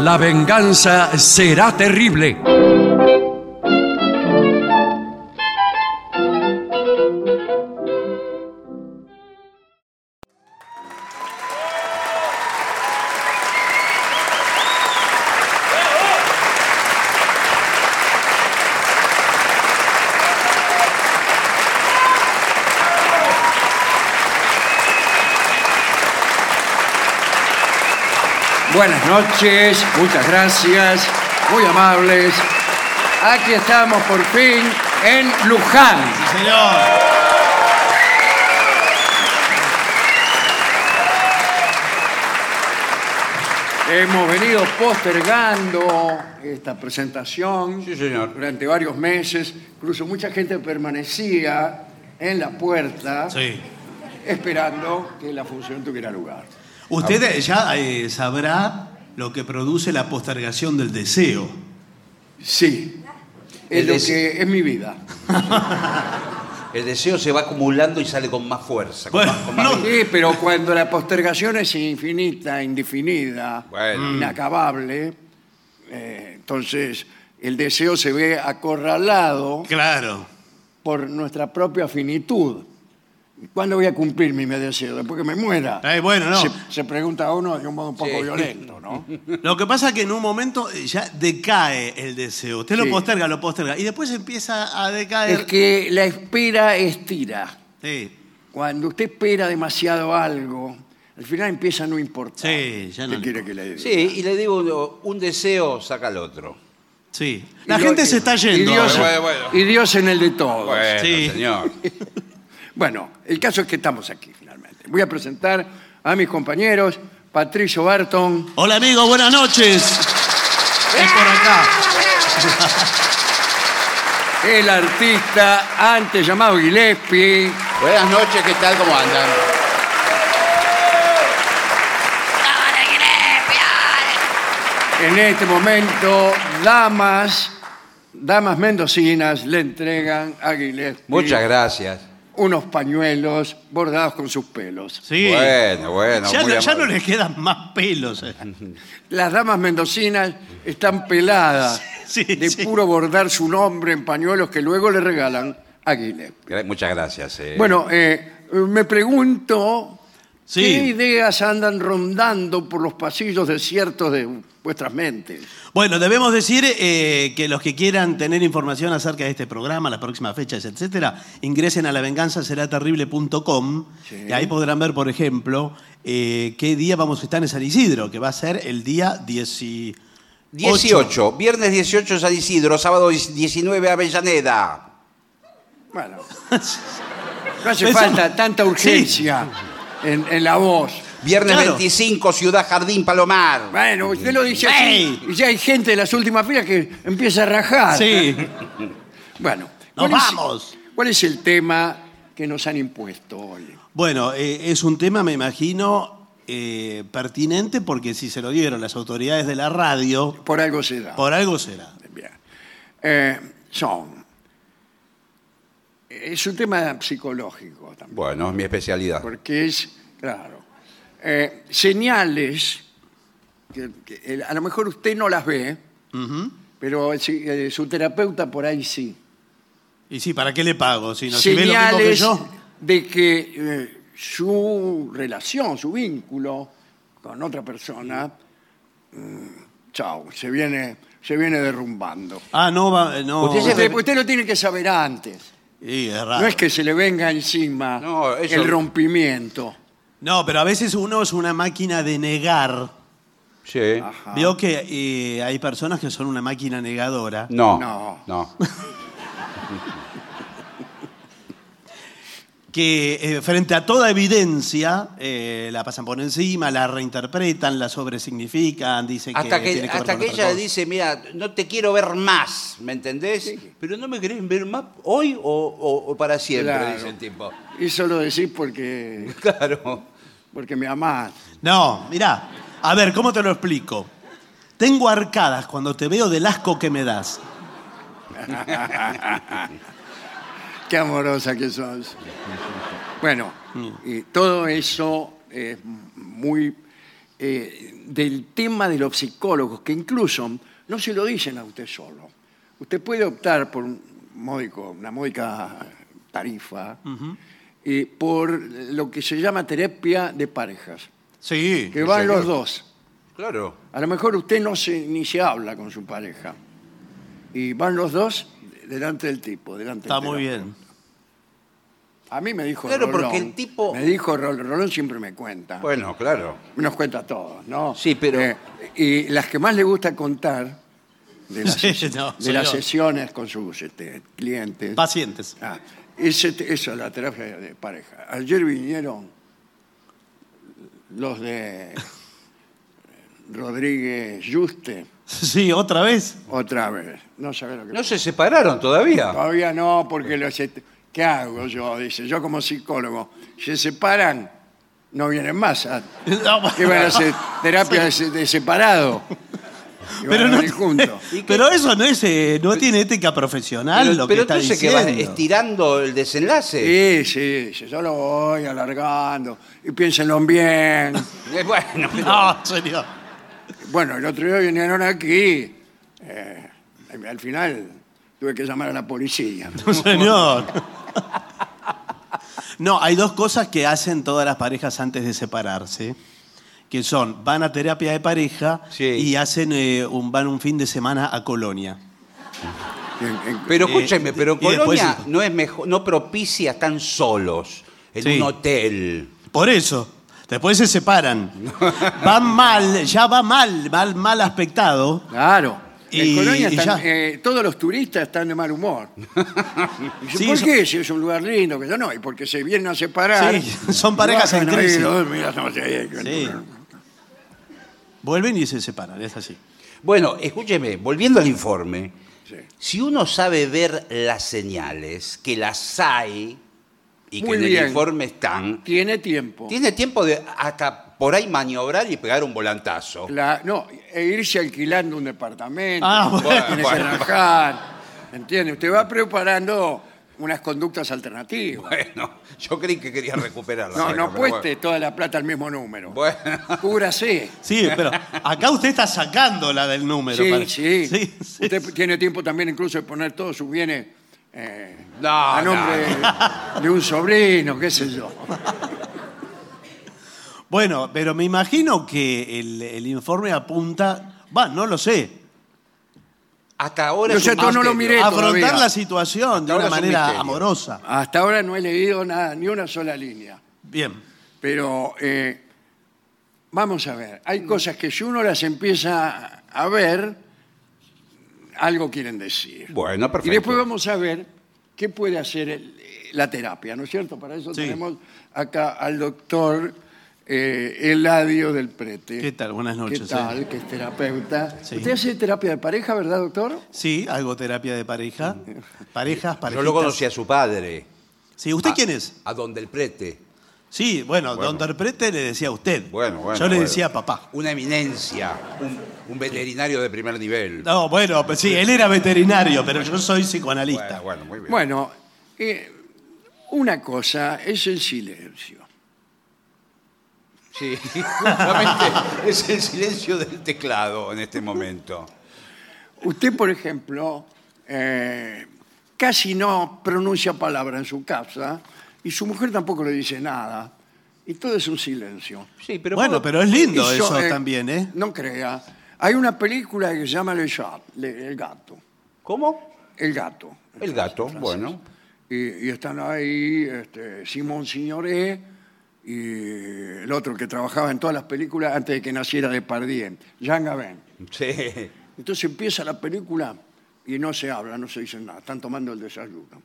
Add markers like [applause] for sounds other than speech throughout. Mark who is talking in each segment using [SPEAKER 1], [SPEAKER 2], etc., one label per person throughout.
[SPEAKER 1] La venganza será terrible.
[SPEAKER 2] Buenas noches, muchas gracias, muy amables. Aquí estamos por fin en Luján.
[SPEAKER 3] Señor.
[SPEAKER 2] Hemos venido postergando esta presentación
[SPEAKER 3] Sí, señor.
[SPEAKER 2] durante varios meses. Incluso mucha gente permanecía en la puerta
[SPEAKER 3] Sí.
[SPEAKER 2] esperando que la función tuviera lugar.
[SPEAKER 3] Usted eh, ya eh, sabrá lo que produce la postergación del deseo.
[SPEAKER 2] Sí, es
[SPEAKER 4] El
[SPEAKER 2] lo
[SPEAKER 4] des-
[SPEAKER 2] que es mi vida.
[SPEAKER 4] El deseo se va acumulando y sale con más fuerza. con
[SPEAKER 3] Bueno,
[SPEAKER 4] más- con más
[SPEAKER 3] no.
[SPEAKER 4] vida.
[SPEAKER 2] Sí, pero cuando la postergación es infinita, indefinida,
[SPEAKER 4] Bueno.
[SPEAKER 2] inacabable, eh, entonces el deseo se ve acorralado
[SPEAKER 3] Claro.
[SPEAKER 2] por nuestra propia finitud. ¿Cuándo voy a cumplir mi deseo? Después que me muera.
[SPEAKER 3] Eh, bueno, no.
[SPEAKER 2] Se, se pregunta a uno de un modo un poco
[SPEAKER 4] Sí.
[SPEAKER 2] violento,
[SPEAKER 3] [laughs]
[SPEAKER 2] ¿no?
[SPEAKER 3] Lo que pasa es que en un momento eh, ya decae el deseo. Usted
[SPEAKER 2] Sí.
[SPEAKER 3] lo posterga, lo posterga. Y después empieza a decaer.
[SPEAKER 2] es que la espera estira.
[SPEAKER 3] Sí,
[SPEAKER 2] Cuando usted espera demasiado algo, al final empieza a no importar.
[SPEAKER 3] Sí, ya no
[SPEAKER 2] ¿Qué
[SPEAKER 3] le
[SPEAKER 2] quiere que le diga?
[SPEAKER 4] Sí, y le digo, uno, un deseo saca al otro.
[SPEAKER 3] sí. La
[SPEAKER 2] Y lo-
[SPEAKER 3] gente se está yendo.
[SPEAKER 2] Y Dios,
[SPEAKER 3] ahora.
[SPEAKER 4] Bueno, bueno.
[SPEAKER 2] y Dios en el de todos.
[SPEAKER 4] Bueno,
[SPEAKER 3] Sí.
[SPEAKER 4] [laughs] señor.
[SPEAKER 2] Bueno, el caso es que estamos aquí finalmente. Voy a presentar a mis compañeros Patricio Barton,
[SPEAKER 3] Hola, amigo, buenas noches. Es por
[SPEAKER 4] [laughs]
[SPEAKER 3] acá.
[SPEAKER 2] el artista antes llamado Gillespie,
[SPEAKER 5] Buenas noches, ¿qué tal? ¿Cómo andan?
[SPEAKER 2] en este momento damas, damas mendocinas le entregan a Gillespie
[SPEAKER 4] Muchas gracias.
[SPEAKER 2] unos pañuelos bordados con sus pelos.
[SPEAKER 3] Sí.
[SPEAKER 4] Bueno, bueno.
[SPEAKER 3] ya,
[SPEAKER 4] muy
[SPEAKER 3] no, ya no
[SPEAKER 4] amable.
[SPEAKER 3] le quedan más pelos. eh.
[SPEAKER 2] Las damas mendocinas están peladas
[SPEAKER 3] [laughs] Sí,
[SPEAKER 2] de
[SPEAKER 3] sí.
[SPEAKER 2] puro bordar su nombre en pañuelos que luego le regalan a Gillespie.
[SPEAKER 4] Gra- Muchas gracias. eh.
[SPEAKER 2] Bueno, eh, me pregunto
[SPEAKER 3] Sí.
[SPEAKER 2] qué ideas andan rondando por los pasillos desiertos de vuestras mentes.
[SPEAKER 3] Bueno, debemos decir eh, que los que quieran tener información acerca de este programa, las próximas fechas, etcétera, ingresen a lavenganzaseraterrible.com
[SPEAKER 2] Sí.
[SPEAKER 3] y ahí podrán ver, por ejemplo, eh, qué día vamos a estar en San Isidro, que va a ser el día 18.
[SPEAKER 4] 18, viernes 18 San Isidro, sábado 19 Avellaneda.
[SPEAKER 3] [laughs]
[SPEAKER 2] Bueno, no hace
[SPEAKER 3] Eso-
[SPEAKER 2] falta tanta urgencia en, en la voz.
[SPEAKER 4] Viernes
[SPEAKER 3] Claro.
[SPEAKER 4] 25 Ciudad Jardín Palomar.
[SPEAKER 2] Bueno, usted lo dice así
[SPEAKER 3] ¡Ey!
[SPEAKER 2] y ya hay gente de las últimas filas que empieza a rajar.
[SPEAKER 3] Sí,
[SPEAKER 2] Bueno,
[SPEAKER 3] ¡Nos
[SPEAKER 2] ¿cuál es-
[SPEAKER 3] vamos!
[SPEAKER 2] ¿Cuál es el tema que nos han impuesto hoy?
[SPEAKER 3] bueno, eh, es un tema, me imagino, eh, pertinente porque si se lo dieron las autoridades de la radio,
[SPEAKER 2] Por algo se da.
[SPEAKER 3] por algo será.
[SPEAKER 2] Bien. Eh, son. Es un tema psicológico también.
[SPEAKER 4] Bueno, es mi especialidad.
[SPEAKER 2] porque es, claro, eh, señales que, que, eh, a lo mejor usted no las ve, pero el si- eh, su terapeuta por ahí sí.
[SPEAKER 3] Y sí, ¿para qué le pago? Si no si ve lo mismo que
[SPEAKER 2] señales
[SPEAKER 3] yo.
[SPEAKER 2] de que eh, su relación, su vínculo con otra persona, mm, chao, se viene, se viene derrumbando.
[SPEAKER 3] Ah, no, va- no.
[SPEAKER 4] Usted se
[SPEAKER 2] Usted, usted lo tiene que saber antes.
[SPEAKER 3] Sí, es raro.
[SPEAKER 2] No es que se le venga encima
[SPEAKER 4] No, eso-
[SPEAKER 2] el rompimiento.
[SPEAKER 3] No, pero a veces uno es una máquina de negar.
[SPEAKER 4] Sí.
[SPEAKER 2] Ajá.
[SPEAKER 3] Veo que eh, hay personas que son una máquina negadora.
[SPEAKER 4] No.
[SPEAKER 2] No.
[SPEAKER 4] No.
[SPEAKER 3] Que eh, frente a toda evidencia eh, la pasan por encima, la reinterpretan, la sobresignifican, dicen
[SPEAKER 4] Hasta
[SPEAKER 3] que.
[SPEAKER 4] que,
[SPEAKER 3] tiene ver
[SPEAKER 4] hasta
[SPEAKER 3] con
[SPEAKER 4] que
[SPEAKER 3] otra
[SPEAKER 4] ella
[SPEAKER 3] cosa.
[SPEAKER 4] dice, mira, no te quiero ver más, ¿me entendés? Pero no me querés ver más hoy o, o- o para siempre,
[SPEAKER 2] Claro.
[SPEAKER 4] dice el tipo. [laughs]
[SPEAKER 2] Eso lo decís porque,
[SPEAKER 4] Claro.
[SPEAKER 2] porque me amás.
[SPEAKER 3] No, mirá. A ver, ¿cómo te lo explico? Tengo arcadas cuando te veo del asco que me das.
[SPEAKER 2] Qué amorosa que sos.
[SPEAKER 3] Mm.
[SPEAKER 2] eh, Bueno, y todo eso es muy eh, del tema de los psicólogos, que incluso no se lo dicen a usted solo. Usted puede optar por un módico, una módica tarifa, eh, por lo que se llama terapia de parejas,
[SPEAKER 3] Sí.
[SPEAKER 2] que van los dos.
[SPEAKER 4] Claro.
[SPEAKER 2] A lo mejor usted no se, ni se habla con su pareja. Y van los dos delante del tipo, delante
[SPEAKER 3] Está
[SPEAKER 2] del
[SPEAKER 3] muy
[SPEAKER 2] terapeuta.
[SPEAKER 3] bien.
[SPEAKER 2] A mí me dijo
[SPEAKER 4] Claro,
[SPEAKER 2] Rolón.
[SPEAKER 4] porque el tipo-
[SPEAKER 2] Me dijo Rolón, Rolón siempre me cuenta.
[SPEAKER 4] Bueno, claro.
[SPEAKER 2] Nos cuenta a todos, ¿no?
[SPEAKER 4] Sí, pero-
[SPEAKER 2] Eh, y las que más le gusta contar de
[SPEAKER 4] [laughs]
[SPEAKER 2] las,
[SPEAKER 3] Sí, no,
[SPEAKER 2] de
[SPEAKER 3] soy
[SPEAKER 2] las
[SPEAKER 3] yo.
[SPEAKER 2] sesiones con sus este, clientes.
[SPEAKER 3] Pacientes. [laughs]
[SPEAKER 2] Ah, ese te- esa es la terapia de pareja. Ayer vinieron los de eh, Rodríguez Juste
[SPEAKER 3] Sí, otra vez.
[SPEAKER 2] otra vez. No sabe lo que
[SPEAKER 4] No se separaron todavía.
[SPEAKER 2] Todavía no, porque los est- ¿qué hago yo? Dice, yo como psicólogo, se separan, no vienen más. a-
[SPEAKER 3] No,
[SPEAKER 2] ¿Qué van a hacer? Terapia de se- de separado. Y van
[SPEAKER 3] Pero,
[SPEAKER 2] a
[SPEAKER 3] no,
[SPEAKER 2] venir
[SPEAKER 3] [laughs]
[SPEAKER 2] juntos.
[SPEAKER 3] pero eso no es, eh, no tiene ética profesional
[SPEAKER 4] pero
[SPEAKER 3] lo que
[SPEAKER 4] pero
[SPEAKER 3] está
[SPEAKER 4] entonces que
[SPEAKER 3] diciendo.
[SPEAKER 4] van estirando el desenlace.
[SPEAKER 2] Sí, sí, sí, yo lo voy alargando. Y piénsenlo bien.
[SPEAKER 4] [laughs] Eh, Bueno,
[SPEAKER 3] [laughs]
[SPEAKER 4] pero-
[SPEAKER 2] [laughs]
[SPEAKER 3] No, señor.
[SPEAKER 2] Bueno, el otro día vinieron aquí. eh, al final tuve que llamar a la policía.
[SPEAKER 3] No, señor. [laughs] No, hay dos cosas que hacen todas las parejas antes de separarse, que son van a terapia de pareja
[SPEAKER 4] Sí.
[SPEAKER 3] y hacen eh, un van un fin de semana a Colonia.
[SPEAKER 2] En- en-
[SPEAKER 4] Pero escúcheme,
[SPEAKER 3] Eh,
[SPEAKER 4] pero
[SPEAKER 3] y después-
[SPEAKER 4] Colonia no es mejor, no propicia estar solos en
[SPEAKER 3] Sí.
[SPEAKER 4] un hotel.
[SPEAKER 3] Por eso. Después
[SPEAKER 2] [laughs]
[SPEAKER 3] se separan. Van mal, ya va mal, mal, mal aspectado.
[SPEAKER 2] Claro.
[SPEAKER 3] Y-
[SPEAKER 2] en Colonia
[SPEAKER 3] y
[SPEAKER 2] están,
[SPEAKER 3] ya.
[SPEAKER 2] eh, todos los turistas están de mal
[SPEAKER 3] [laughs]
[SPEAKER 2] humor. Dicen,
[SPEAKER 3] Sí,
[SPEAKER 2] ¿Por
[SPEAKER 3] son-
[SPEAKER 2] qué? Si es un lugar lindo, que yo no, y porque se vienen a separar.
[SPEAKER 3] Sí, [laughs] son parejas en
[SPEAKER 2] Bajan ahí,
[SPEAKER 3] crisis.
[SPEAKER 2] los dos, mira, no sé, que-
[SPEAKER 3] Sí. Vuelven y se separan, es así.
[SPEAKER 4] Bueno, escúcheme, volviendo al informe,
[SPEAKER 2] Sí.
[SPEAKER 4] si uno sabe ver las señales, que las hay y
[SPEAKER 2] Muy
[SPEAKER 4] que en
[SPEAKER 2] bien.
[SPEAKER 4] el informe están,
[SPEAKER 2] Tiene tiempo.
[SPEAKER 4] tiene tiempo de hasta por ahí maniobrar y pegar un volantazo.
[SPEAKER 2] La- no, e irse alquilando un departamento.
[SPEAKER 3] Ah, bueno.
[SPEAKER 2] tiene que
[SPEAKER 4] Bueno.
[SPEAKER 2] rajar. ¿Entiende? Usted va preparando unas conductas alternativas.
[SPEAKER 4] [laughs] Bueno, yo creí que quería recuperarla.
[SPEAKER 2] No, no
[SPEAKER 4] pero
[SPEAKER 2] apueste toda la plata al mismo número.
[SPEAKER 4] Bueno, [laughs]
[SPEAKER 2] Cúbrase.
[SPEAKER 3] Sí, pero acá usted está sacando la del número.
[SPEAKER 2] Sí, sí,
[SPEAKER 3] parece. [laughs] Sí, sí.
[SPEAKER 2] Usted tiene tiempo también incluso de poner todos sus bienes eh,
[SPEAKER 4] No,
[SPEAKER 3] Ah,
[SPEAKER 2] a
[SPEAKER 4] no,
[SPEAKER 2] nombre de- de un sobrino, qué sé yo.
[SPEAKER 3] Bueno, pero me imagino que el, el informe apunta. Va, no lo sé.
[SPEAKER 4] hasta ahora
[SPEAKER 2] Yo
[SPEAKER 4] es
[SPEAKER 2] ya
[SPEAKER 4] un
[SPEAKER 2] todo no lo miré.
[SPEAKER 4] misterio.
[SPEAKER 2] Eh,
[SPEAKER 3] afrontar
[SPEAKER 2] todavía.
[SPEAKER 3] la situación de una
[SPEAKER 4] Ahora es un
[SPEAKER 3] manera
[SPEAKER 4] misterio.
[SPEAKER 3] amorosa.
[SPEAKER 2] Hasta ahora no he leído nada, ni una sola línea.
[SPEAKER 3] Bien.
[SPEAKER 2] Pero eh, vamos a ver, hay cosas que si uno las empieza a ver, algo quieren decir.
[SPEAKER 4] Bueno, perfecto.
[SPEAKER 2] Y después vamos a ver qué puede hacer el- la terapia, ¿no es cierto? Para eso
[SPEAKER 3] Sí.
[SPEAKER 2] tenemos acá al doctor eh, Eladio del Prete.
[SPEAKER 3] ¿Qué tal? Buenas noches,
[SPEAKER 2] ¿Qué
[SPEAKER 3] eh.
[SPEAKER 2] tal? Que es terapeuta.
[SPEAKER 3] Sí.
[SPEAKER 2] ¿Usted hace terapia de pareja, verdad, doctor?
[SPEAKER 3] Sí, algo terapia de pareja. Parejas, parejas.
[SPEAKER 4] Yo lo conocí a su padre.
[SPEAKER 3] Sí, ¿usted
[SPEAKER 4] A- Ah.
[SPEAKER 3] quién es?
[SPEAKER 4] A donde el prete.
[SPEAKER 3] Sí, bueno, don Derprete le decía a usted.
[SPEAKER 4] Bueno, bueno,
[SPEAKER 3] Yo le
[SPEAKER 4] bueno.
[SPEAKER 3] decía papá.
[SPEAKER 4] Una eminencia, un, un veterinario de primer nivel.
[SPEAKER 3] No, bueno, pues sí, él era veterinario, pero yo soy psicoanalista.
[SPEAKER 4] Bueno, bueno, muy bien.
[SPEAKER 2] Bueno, eh, una cosa es el silencio.
[SPEAKER 4] Sí, justamente [laughs] es el silencio del teclado en este momento.
[SPEAKER 2] Usted, por ejemplo, eh, casi no pronuncia palabra en su casa y su mujer tampoco le dice nada. Y todo es un silencio.
[SPEAKER 4] Sí, pero
[SPEAKER 3] Bueno, pero es lindo
[SPEAKER 2] Y yo,
[SPEAKER 3] eso
[SPEAKER 2] eh,
[SPEAKER 3] también, ¿eh?
[SPEAKER 2] No crea. Hay una película que se llama Le Chat, Le- El Gato.
[SPEAKER 4] ¿Cómo?
[SPEAKER 2] El Gato.
[SPEAKER 4] El gato, bueno.
[SPEAKER 2] Y, y están ahí este, Simón Signoret y el otro que trabajaba en todas las películas antes de que naciera Depardieu, Jean Gabin.
[SPEAKER 4] Sí.
[SPEAKER 2] Entonces empieza la película y no se habla, no se dice nada. Están tomando el desayuno.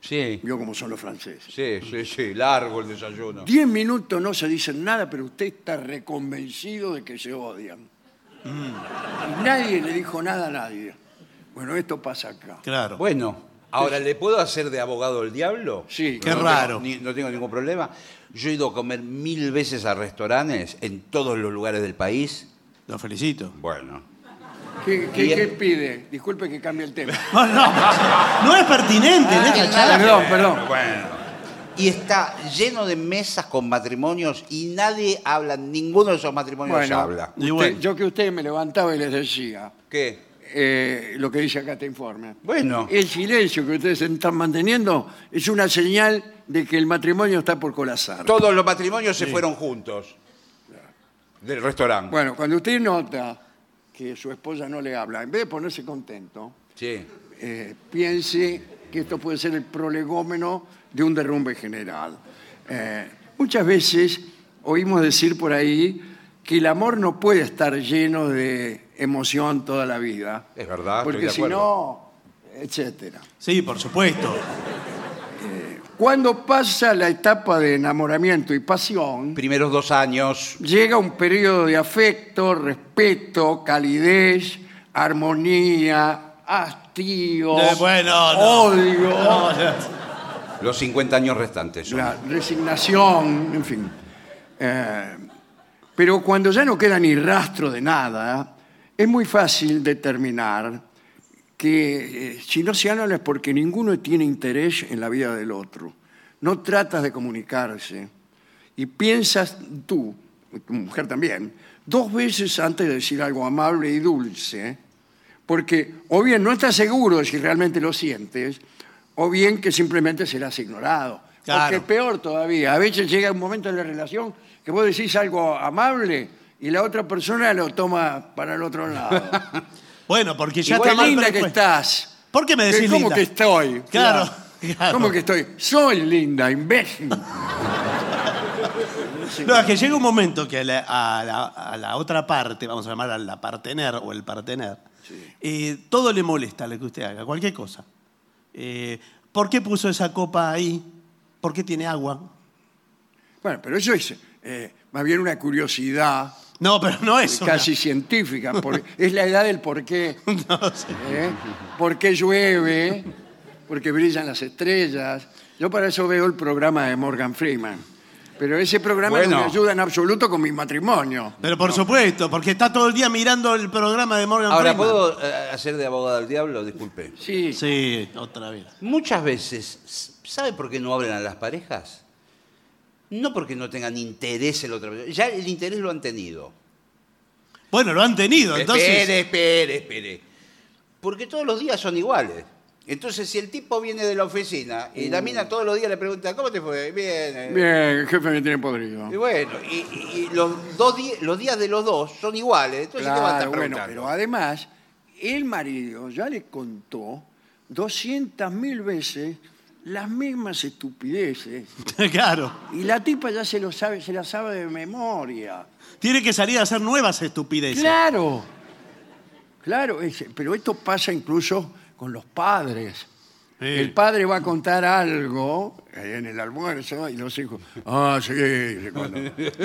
[SPEAKER 4] Sí.
[SPEAKER 2] Vio cómo son los franceses.
[SPEAKER 4] Sí, sí, sí, largo el desayuno.
[SPEAKER 2] Diez minutos no se dicen nada, pero usted está reconvencido de que se odian. Y nadie le dijo nada a nadie. Bueno, esto pasa acá.
[SPEAKER 3] Claro.
[SPEAKER 4] Bueno, ahora, ¿le puedo hacer de abogado el diablo?
[SPEAKER 2] Sí.
[SPEAKER 3] Qué
[SPEAKER 4] No tengo-
[SPEAKER 3] raro.
[SPEAKER 4] ni- no tengo ningún problema. Yo he ido a comer mil veces a restaurantes en todos los lugares del país.
[SPEAKER 3] Lo felicito.
[SPEAKER 4] Bueno.
[SPEAKER 2] ¿Qué, qué-
[SPEAKER 4] Y-
[SPEAKER 2] qué pide? Disculpe que cambie el tema.
[SPEAKER 3] Ah,
[SPEAKER 4] Ah,
[SPEAKER 3] No, no, no es pertinente. ¿eh? deja-
[SPEAKER 2] Perdón, perdón.
[SPEAKER 4] Bueno. y está lleno de mesas con matrimonios y nadie habla, ninguno de esos matrimonios habla.
[SPEAKER 3] Y
[SPEAKER 2] usted-
[SPEAKER 3] bueno.
[SPEAKER 2] yo que usted me levantaba y les decía
[SPEAKER 4] ¿Qué?
[SPEAKER 2] eh, lo que dice acá este informe.
[SPEAKER 4] Bueno.
[SPEAKER 2] El silencio que ustedes están manteniendo es una señal de que el matrimonio está por colapsar.
[SPEAKER 4] Todos los matrimonios se fueron juntos del restaurante.
[SPEAKER 2] Bueno, cuando usted nota que su esposa no le habla, en vez de ponerse contento,
[SPEAKER 4] Sí.
[SPEAKER 2] eh, piense que esto puede ser el prolegómeno de un derrumbe general. Eh, muchas veces oímos decir por ahí que el amor no puede estar lleno de emoción toda la vida.
[SPEAKER 4] Es verdad, estoy
[SPEAKER 2] Porque
[SPEAKER 4] de
[SPEAKER 2] si
[SPEAKER 4] acuerdo.
[SPEAKER 2] no, etcétera.
[SPEAKER 3] Sí, por supuesto.
[SPEAKER 2] Cuando pasa la etapa de enamoramiento y pasión,
[SPEAKER 4] Primeros dos años.
[SPEAKER 2] llega un periodo de afecto, respeto, calidez, armonía, hastío,
[SPEAKER 3] Eh, bueno, no.
[SPEAKER 2] odio,
[SPEAKER 3] No, no.
[SPEAKER 4] Los 50 años restantes. son.
[SPEAKER 2] la resignación, en fin. Eh, pero cuando ya no queda ni rastro de nada, es muy fácil determinar que eh, si no se hablan es porque ninguno tiene interés en la vida del otro. No tratas de comunicarse y piensas tú, y tu mujer también, dos veces antes de decir algo amable y dulce, porque o bien no estás seguro de si realmente lo sientes, o bien que simplemente serás ignorado.
[SPEAKER 3] Claro.
[SPEAKER 2] Porque peor todavía, a veces llega un momento en la relación que vos decís algo amable y la otra persona lo toma para el otro lado.
[SPEAKER 3] Bueno, porque ya
[SPEAKER 2] Ya qué
[SPEAKER 3] está mal
[SPEAKER 2] linda que
[SPEAKER 3] predispuesto.
[SPEAKER 2] estás.
[SPEAKER 3] ¿Por qué me decís
[SPEAKER 2] ¿Cómo
[SPEAKER 3] linda?
[SPEAKER 2] que estoy?
[SPEAKER 3] Claro, claro.
[SPEAKER 2] ¿Cómo que estoy? Soy linda,
[SPEAKER 3] [laughs]
[SPEAKER 2] imbécil.
[SPEAKER 3] No, es que llega un momento que a la, a la- a la otra parte, vamos a llamar a la partener o el partener, eh, todo le molesta lo que usted haga, cualquier cosa. Eh, ¿Por qué puso esa copa ahí? ¿Por qué tiene agua?
[SPEAKER 2] Bueno, pero eso es eh, más bien una curiosidad
[SPEAKER 3] No, pero no es una-
[SPEAKER 2] casi científica. porque es la edad del por qué.
[SPEAKER 3] [laughs] No, sí.
[SPEAKER 2] ¿eh? ¿Por qué llueve? ¿Por qué brillan las estrellas? Yo para eso veo el programa de Morgan Freeman. Pero ese programa no
[SPEAKER 4] Bueno.
[SPEAKER 2] me ayuda en absoluto con mi matrimonio.
[SPEAKER 3] Pero por supuesto, porque está todo el día mirando el programa de Morgan
[SPEAKER 4] Ahora,
[SPEAKER 3] Freeman.
[SPEAKER 4] ¿puedo eh, hacer de abogado al diablo? Disculpe.
[SPEAKER 2] Sí.
[SPEAKER 3] Sí, otra vez.
[SPEAKER 4] Muchas veces, s- ¿sabe por qué no hablan a las parejas? No porque no tengan interés en la otra persona. Ya el interés lo han tenido.
[SPEAKER 3] Bueno, lo han tenido, entonces.
[SPEAKER 4] Espere, espere, espere. Porque todos los días son iguales. Entonces, si el tipo viene de la oficina y la mina todos los días le pregunta, ¿cómo te fue? Uh. Bien. eh".
[SPEAKER 2] Bien, el jefe me tiene podrido.
[SPEAKER 4] Y bueno, y, y- y los, dos di- los días de los dos son iguales. Entonces, ¿qué va a
[SPEAKER 2] Claro,
[SPEAKER 4] estar
[SPEAKER 2] bueno,
[SPEAKER 4] preguntando?
[SPEAKER 2] pero además, el marido ya le contó 200.000 veces las mismas estupideces
[SPEAKER 3] [laughs] claro.
[SPEAKER 2] y la tipa ya se lo sabe, se la sabe de memoria.
[SPEAKER 3] Tiene que salir a hacer nuevas estupideces.
[SPEAKER 2] Claro, claro, es- pero esto pasa incluso con los padres.
[SPEAKER 3] Sí.
[SPEAKER 2] El padre va a contar algo eh, en el almuerzo y los hijos, ah, sí, sí, cuando,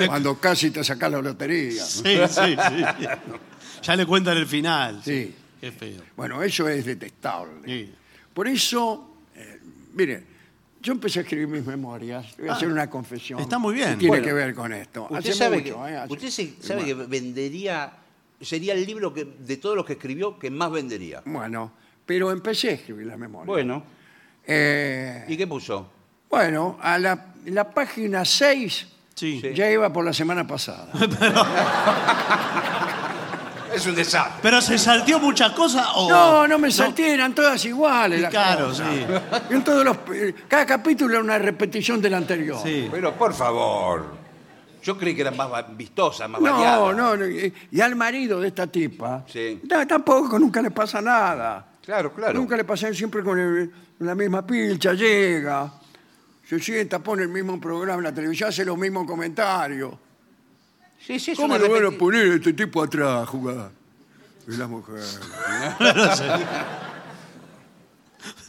[SPEAKER 2] cuando casi te sacas la lotería.
[SPEAKER 3] Sí, sí, sí. Ya le cuentan el final.
[SPEAKER 2] Sí.
[SPEAKER 3] Qué feo.
[SPEAKER 2] Bueno, eso es detestable.
[SPEAKER 3] Sí.
[SPEAKER 2] Por eso, eh, mire, yo empecé a escribir mis memorias, voy a hacer una confesión.
[SPEAKER 3] está muy bien.
[SPEAKER 2] que Tiene
[SPEAKER 3] Bueno.
[SPEAKER 2] que ver con esto.
[SPEAKER 4] Usted
[SPEAKER 2] Hace
[SPEAKER 4] sabe,
[SPEAKER 2] mucho,
[SPEAKER 4] que,
[SPEAKER 2] eh, hace-
[SPEAKER 4] usted se- sabe que vendería, sería el libro que, de todos los que escribió que más vendería.
[SPEAKER 2] Bueno, pero empecé a escribir las memorias.
[SPEAKER 4] Bueno,
[SPEAKER 2] Eh,
[SPEAKER 4] ¿y qué puso?
[SPEAKER 2] bueno, a la, la página 6
[SPEAKER 3] Sí.
[SPEAKER 2] ya iba por la semana pasada.
[SPEAKER 4] Es un desastre.
[SPEAKER 3] Pero se salteó muchas cosas o.
[SPEAKER 2] No, no me salté, eran todas iguales. las
[SPEAKER 3] Claro,
[SPEAKER 2] cosas.
[SPEAKER 3] sí.
[SPEAKER 2] En todos los- eh, cada capítulo era una repetición del anterior.
[SPEAKER 3] Sí.
[SPEAKER 4] Pero por favor. Yo creí que era más va- vistosa, más variada.
[SPEAKER 2] No, no, no, y y al marido de esta tipa,
[SPEAKER 4] Sí.
[SPEAKER 2] ta- tampoco nunca le pasa nada.
[SPEAKER 4] Claro, claro.
[SPEAKER 2] Nunca le pasa siempre con el- la misma pilcha, llega, se sienta, pone el mismo programa en la televisión, hace los mismos comentarios.
[SPEAKER 4] Sí, sí, es
[SPEAKER 2] ¿Cómo
[SPEAKER 4] una
[SPEAKER 2] lo van a
[SPEAKER 4] repeti-
[SPEAKER 2] poner a este tipo atrás a jugar? Y la mujer.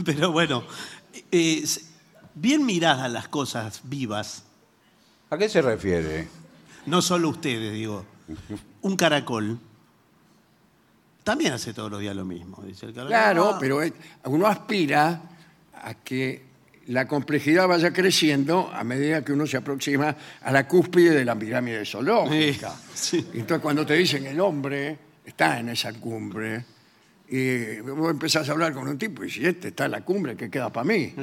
[SPEAKER 3] Pero bueno, eh, s- bien miradas las cosas vivas,
[SPEAKER 4] ¿A qué se refiere?
[SPEAKER 3] no solo ustedes, digo. Un caracol también hace todos los días lo mismo. Dice el caracol.
[SPEAKER 2] Claro,
[SPEAKER 3] "Ah,
[SPEAKER 2] pero es- uno aspira a que la complejidad vaya creciendo a medida que uno se aproxima a la cúspide de la pirámide zoológica.
[SPEAKER 3] Sí, sí.
[SPEAKER 2] Entonces, cuando te dicen el hombre está en esa cumbre, y vos empezás a hablar con un tipo y si este está en la cumbre, ¿qué queda para mí?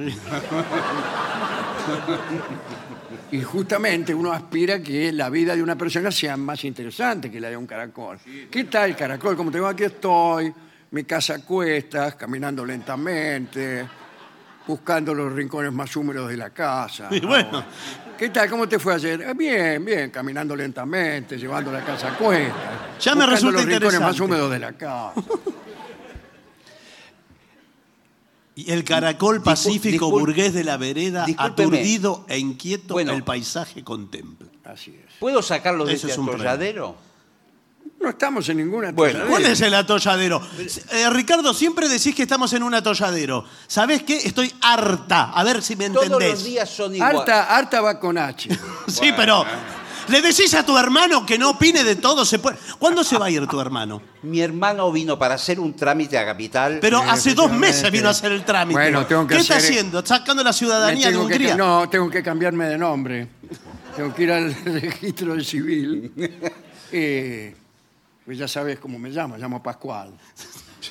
[SPEAKER 2] Y justamente uno aspira que la vida de una persona sea más interesante que la de un caracol. ¿Qué tal el caracol? Como te digo, aquí estoy, mi casa a cuestas, caminando lentamente, buscando los rincones más húmedos de la casa.
[SPEAKER 3] [laughs] Y bueno.
[SPEAKER 2] ¿Qué tal? ¿Cómo te fue ayer? "Ah, Bien, bien, caminando lentamente, llevando la casa a cuestas.
[SPEAKER 3] Ya
[SPEAKER 2] buscando
[SPEAKER 3] me resulta
[SPEAKER 2] los rincones más
[SPEAKER 3] interesante.
[SPEAKER 2] húmedos de la casa.
[SPEAKER 3] Y el caracol pacífico
[SPEAKER 4] discul-
[SPEAKER 3] burgués de la vereda,
[SPEAKER 4] discúlpeme.
[SPEAKER 3] aturdido e inquieto,
[SPEAKER 4] Bueno.
[SPEAKER 3] el paisaje contempla.
[SPEAKER 2] Así es.
[SPEAKER 4] ¿Puedo sacarlo de
[SPEAKER 3] Eso
[SPEAKER 4] este
[SPEAKER 3] es un problema.
[SPEAKER 4] atolladero?
[SPEAKER 2] No estamos en ninguna...
[SPEAKER 4] Bueno,
[SPEAKER 2] tarea.
[SPEAKER 3] ¿Cuál es el atolladero? Eh, Ricardo, siempre decís que estamos en un atolladero. ¿Sabés qué? Estoy harta. A ver si me entendés.
[SPEAKER 4] Todos los días son iguales.
[SPEAKER 2] Harta, harta va con H.
[SPEAKER 3] [laughs] Sí, pero le decís a tu hermano que no opine de todo. Se puede... ¿Cuándo se va a ir tu hermano?
[SPEAKER 4] Mi hermano vino para hacer un trámite a Capital.
[SPEAKER 3] Pero hace dos meses
[SPEAKER 2] efectivamente.
[SPEAKER 3] vino a hacer el trámite.
[SPEAKER 2] Bueno, tengo que
[SPEAKER 3] ¿Qué está
[SPEAKER 2] hacer-
[SPEAKER 3] haciendo? ¿Sacando la
[SPEAKER 2] Me
[SPEAKER 3] ciudadanía de
[SPEAKER 2] tengo que
[SPEAKER 3] Hungría?
[SPEAKER 2] ca- no, tengo que cambiarme de nombre. Tengo que ir al [laughs] registro
[SPEAKER 4] [laughs]
[SPEAKER 2] civil. Eh, pues ya sabes cómo me llamo, llamo Pascual.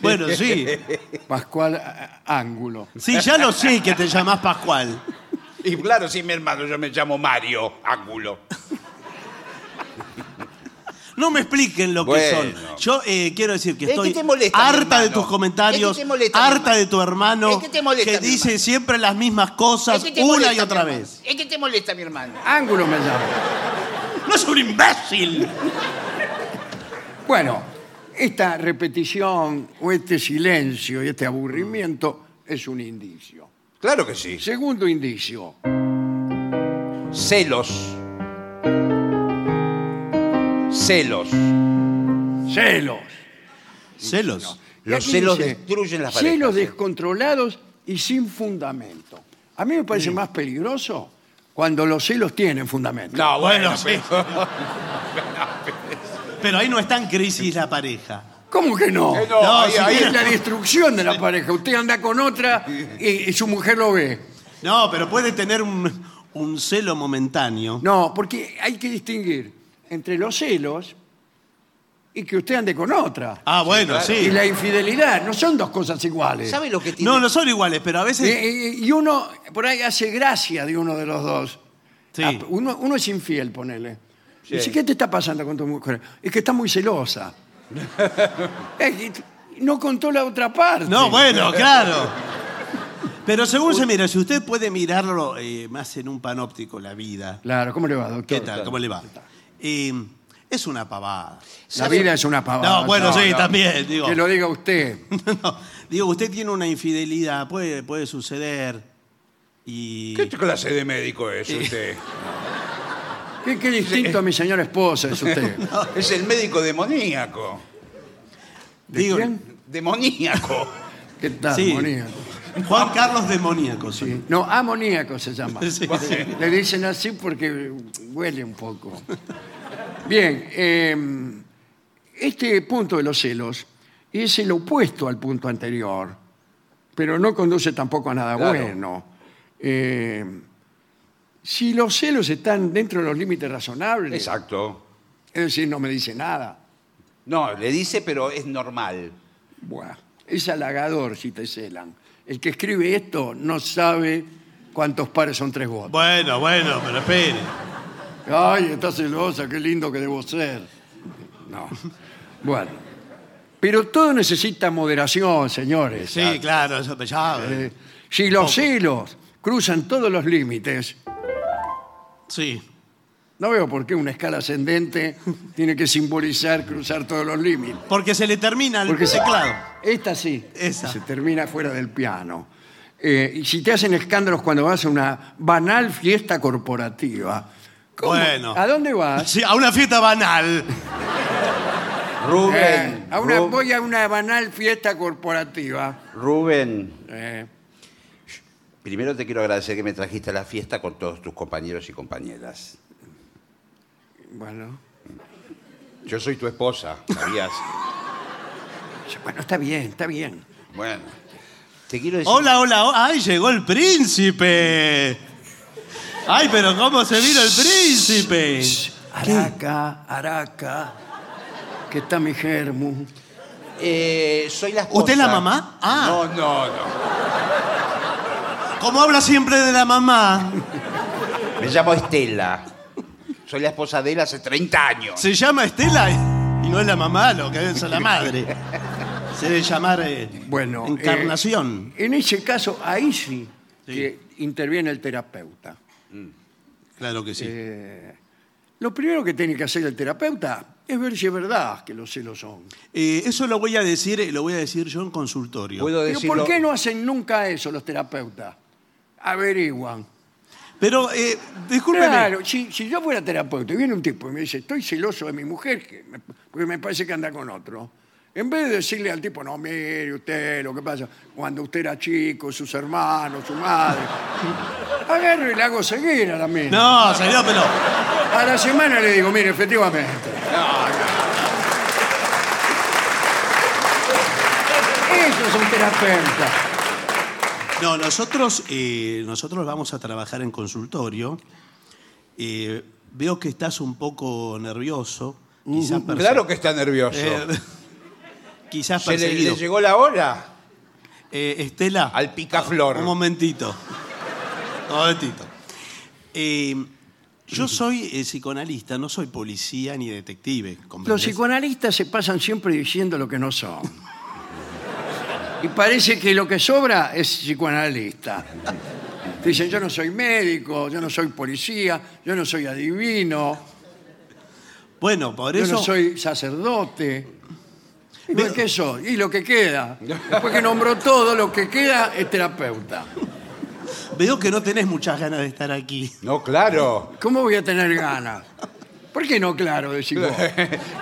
[SPEAKER 3] Bueno, sí.
[SPEAKER 2] Pascual ah, ah, Ángulo.
[SPEAKER 3] Sí, ya lo sé que te llamás Pascual.
[SPEAKER 5] Y claro, sí, mi hermano, yo me llamo Mario Ángulo.
[SPEAKER 3] No me expliquen lo que
[SPEAKER 4] Bueno.
[SPEAKER 3] son. Yo eh, quiero decir que
[SPEAKER 4] Es que
[SPEAKER 3] estoy
[SPEAKER 4] te molesta, mi
[SPEAKER 3] harta de
[SPEAKER 4] hermano.
[SPEAKER 3] tus comentarios,
[SPEAKER 4] Es que te molesta, mi
[SPEAKER 3] harta
[SPEAKER 4] hermano.
[SPEAKER 3] de tu hermano,
[SPEAKER 4] Es que te molesta, mi
[SPEAKER 3] dice
[SPEAKER 4] hermano.
[SPEAKER 3] siempre las mismas cosas
[SPEAKER 4] Es que te
[SPEAKER 3] una
[SPEAKER 4] molesta,
[SPEAKER 3] y otra
[SPEAKER 4] mi hermano.
[SPEAKER 3] vez.
[SPEAKER 4] Es que te molesta mi hermano.
[SPEAKER 2] Ángulo me llamo.
[SPEAKER 3] ¡No es un imbécil!
[SPEAKER 2] Bueno, esta repetición o este silencio y este aburrimiento es un indicio.
[SPEAKER 5] Claro que sí.
[SPEAKER 2] Segundo indicio.
[SPEAKER 5] Celos. Celos.
[SPEAKER 2] Celos.
[SPEAKER 3] Celos.
[SPEAKER 4] Los
[SPEAKER 2] Aquí
[SPEAKER 4] celos
[SPEAKER 2] dice,
[SPEAKER 4] destruyen las parejas.
[SPEAKER 2] Celos
[SPEAKER 4] ¿eh?
[SPEAKER 2] descontrolados y sin fundamento. A mí me parece más peligroso cuando los celos tienen fundamento.
[SPEAKER 5] No, bueno,
[SPEAKER 3] Bueno, sí. Pero ahí no está en crisis la pareja.
[SPEAKER 2] ¿Cómo que no?
[SPEAKER 5] Eh, no,
[SPEAKER 3] No,
[SPEAKER 5] ahí-
[SPEAKER 3] si
[SPEAKER 5] ahí-
[SPEAKER 2] Ahí es la destrucción de la pareja. Usted anda con otra y, y su mujer lo ve.
[SPEAKER 3] No, pero puede tener un, un celo momentáneo.
[SPEAKER 2] No, porque hay que distinguir entre los celos y que usted ande con otra.
[SPEAKER 3] Ah, bueno,
[SPEAKER 2] Y
[SPEAKER 3] sí.
[SPEAKER 2] la infidelidad, no son dos cosas iguales.
[SPEAKER 4] ¿Sabe lo que tiene?
[SPEAKER 3] No, no son iguales, pero a veces...
[SPEAKER 2] Eh, eh, Y uno, por ahí hace gracia de uno de los dos.
[SPEAKER 3] Sí.
[SPEAKER 2] Ah, Uno, uno es infiel, ponele. Dice, ¿qué te está pasando con tu mujer? Es que está muy
[SPEAKER 3] [laughs]
[SPEAKER 2] celosa. Eh, y no contó la otra parte.
[SPEAKER 3] No, bueno,
[SPEAKER 2] [laughs]
[SPEAKER 3] claro. Pero según se mira, si usted puede mirarlo eh, más en un panóptico la vida,
[SPEAKER 2] Claro, ¿cómo le va, doctor?
[SPEAKER 3] ¿qué tal? ¿Cómo le va? Eh, es una pavada.
[SPEAKER 2] La vida es una pavada.
[SPEAKER 3] No, bueno, sí,
[SPEAKER 2] no.
[SPEAKER 3] también, digo.
[SPEAKER 2] Que lo diga usted.
[SPEAKER 3] [laughs] No, digo, usted tiene una infidelidad, puede, puede suceder. Y.
[SPEAKER 5] ¿Qué clase de médico es
[SPEAKER 3] [laughs]
[SPEAKER 5] usted?
[SPEAKER 2] Qué, qué distinto a mi señora esposa es
[SPEAKER 3] [laughs]
[SPEAKER 2] usted.
[SPEAKER 5] Es el médico demoníaco.
[SPEAKER 3] digo,
[SPEAKER 2] ¿Quién?
[SPEAKER 5] Demoníaco.
[SPEAKER 2] ¿Qué tal,
[SPEAKER 3] Sí.
[SPEAKER 2] amoníaco?
[SPEAKER 3] Juan Carlos Demoníaco, sí.
[SPEAKER 2] Sí. No, amoníaco se llama.
[SPEAKER 3] [laughs] Sí, sí.
[SPEAKER 2] Le dicen así porque huele un poco. Bien, eh, este punto de los celos es el opuesto al punto anterior, pero no conduce tampoco a nada
[SPEAKER 4] Claro.
[SPEAKER 2] bueno. Eh, si los celos están dentro de los límites
[SPEAKER 5] [laughs]
[SPEAKER 2] razonables,
[SPEAKER 5] Exacto.
[SPEAKER 2] es decir, no me dice nada,
[SPEAKER 4] No, le dice, pero es normal.
[SPEAKER 2] Buah, es halagador si te celan. El que escribe esto no sabe cuántos pares son tres votos.
[SPEAKER 3] Bueno, bueno, pero espere.
[SPEAKER 2] Ay, está celosa, qué lindo que debo ser. No. Bueno. Pero todo necesita moderación, señores.
[SPEAKER 3] Sí, claro, eso me
[SPEAKER 2] Eh,
[SPEAKER 3] llave.
[SPEAKER 2] si los celos cruzan todos los límites,
[SPEAKER 3] Sí.
[SPEAKER 2] no veo por qué una escala
[SPEAKER 3] [laughs]
[SPEAKER 2] ascendente tiene que simbolizar cruzar todos los límites.
[SPEAKER 3] Porque se le termina el
[SPEAKER 2] Porque se-
[SPEAKER 3] teclado.
[SPEAKER 2] Esta sí.
[SPEAKER 3] Esa.
[SPEAKER 2] Se termina fuera del piano. Eh, y si te hacen escándalos cuando vas a una banal fiesta corporativa. ¿cómo?
[SPEAKER 3] Bueno.
[SPEAKER 2] ¿A dónde vas?
[SPEAKER 3] Sí, a una fiesta banal.
[SPEAKER 4] Rubén.
[SPEAKER 2] Eh, a una-
[SPEAKER 4] Ru-
[SPEAKER 2] voy a una banal fiesta corporativa.
[SPEAKER 4] Rubén,
[SPEAKER 2] Eh,
[SPEAKER 4] primero te quiero agradecer que me trajiste a la fiesta con todos tus compañeros y compañeras.
[SPEAKER 2] bueno.
[SPEAKER 5] Yo soy tu esposa, ¿sabías?
[SPEAKER 2] Bueno, está bien, está bien.
[SPEAKER 4] Bueno, te quiero decir.
[SPEAKER 3] Hola, hola, hola. ¡Ay, llegó el príncipe! ¡Ay, pero cómo se vino el príncipe!
[SPEAKER 2] Araca, Araca, que está mi germu.
[SPEAKER 4] eh, soy la esposa.
[SPEAKER 3] ¿Usted es la mamá? Ah,
[SPEAKER 5] No, no, no.
[SPEAKER 3] Como habla siempre de la mamá,
[SPEAKER 4] Me llamo Estela. Soy la esposa de él hace 30 años.
[SPEAKER 3] se llama Estela y y no es la mamá, lo que es la madre. Se debe llamar eh,
[SPEAKER 2] Bueno,
[SPEAKER 3] encarnación.
[SPEAKER 2] eh, en ese caso, ahí sí,
[SPEAKER 3] Sí.
[SPEAKER 2] que interviene el terapeuta.
[SPEAKER 3] claro que sí.
[SPEAKER 2] Lo primero que tiene que hacer el terapeuta es ver si es verdad que los celos son.
[SPEAKER 3] Eh, eso lo voy a decir, eh, lo voy a decir yo en consultorio.
[SPEAKER 4] Puedo
[SPEAKER 2] Pero
[SPEAKER 4] decirlo.
[SPEAKER 2] ¿Por qué no hacen nunca eso los terapeutas? Averiguan.
[SPEAKER 3] Pero, eh, discúlpeme.
[SPEAKER 2] Claro, si, si yo fuera terapeuta y viene un tipo y me dice, estoy celoso de mi mujer que me- porque me parece que anda con otro. En vez de decirle al tipo, no, mire usted lo que pasa, cuando usted era chico, sus hermanos, su
[SPEAKER 3] [laughs]
[SPEAKER 2] madre, agarro y le hago seguir a la mina.
[SPEAKER 3] No, señor, pero.
[SPEAKER 2] A la semana le digo, mire, efectivamente. Eso es un terapeuta.
[SPEAKER 3] No, nosotros, eh, nosotros vamos a trabajar en consultorio. Eh, veo que estás un poco nervioso. Quizás perse-
[SPEAKER 4] Mm, Claro que está nervioso.
[SPEAKER 3] eh, [laughs] quizás
[SPEAKER 4] ¿Se le,
[SPEAKER 3] perseguido.
[SPEAKER 4] le llegó la hora?
[SPEAKER 3] Eh, Estela.
[SPEAKER 4] Al picaflor.
[SPEAKER 3] Un momentito. Un momentito. Eh,
[SPEAKER 4] Mm.
[SPEAKER 3] yo soy eh, psicoanalista, no soy policía ni detective.
[SPEAKER 2] Los
[SPEAKER 3] ¿comprendés?
[SPEAKER 2] psicoanalistas se pasan siempre diciendo lo que no son. Y parece que lo que sobra es psicoanalista. Dicen, yo no soy médico, yo no soy policía, yo no soy adivino,
[SPEAKER 3] Bueno, por
[SPEAKER 2] yo
[SPEAKER 3] eso.
[SPEAKER 2] no soy sacerdote. ¿Y
[SPEAKER 3] Ve-
[SPEAKER 2] por qué soy? Y lo que queda. Después que nombró todo, lo que queda es terapeuta.
[SPEAKER 3] Veo que no tenés muchas ganas de estar aquí.
[SPEAKER 4] No, claro. [laughs]
[SPEAKER 2] ¿Cómo voy a tener ganas? ¿Por qué no, claro, decís vos?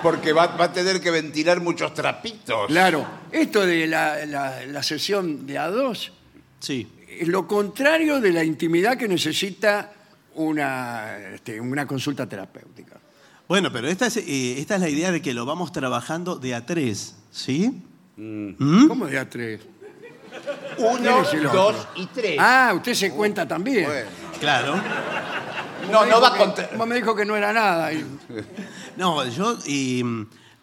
[SPEAKER 4] Porque va, va a tener que ventilar muchos trapitos.
[SPEAKER 2] Claro, esto de la, la- la sesión de a dos
[SPEAKER 3] Sí.
[SPEAKER 2] es Eh, lo contrario de la intimidad que necesita una, este, una consulta terapéutica.
[SPEAKER 3] Bueno, pero esta es, eh, esta es la idea de que lo vamos trabajando de a tres, ¿sí?
[SPEAKER 4] ¿Mm?
[SPEAKER 2] ¿Cómo de a tres? ¿Quién
[SPEAKER 4] Uno,
[SPEAKER 2] es el otro?
[SPEAKER 4] dos y tres.
[SPEAKER 2] Ah, usted se cuenta también.
[SPEAKER 4] Bueno.
[SPEAKER 3] Claro.
[SPEAKER 4] no, no va a
[SPEAKER 2] Porque
[SPEAKER 4] contar.
[SPEAKER 2] vos me dijo que no era nada. y-
[SPEAKER 3] No, yo, eh,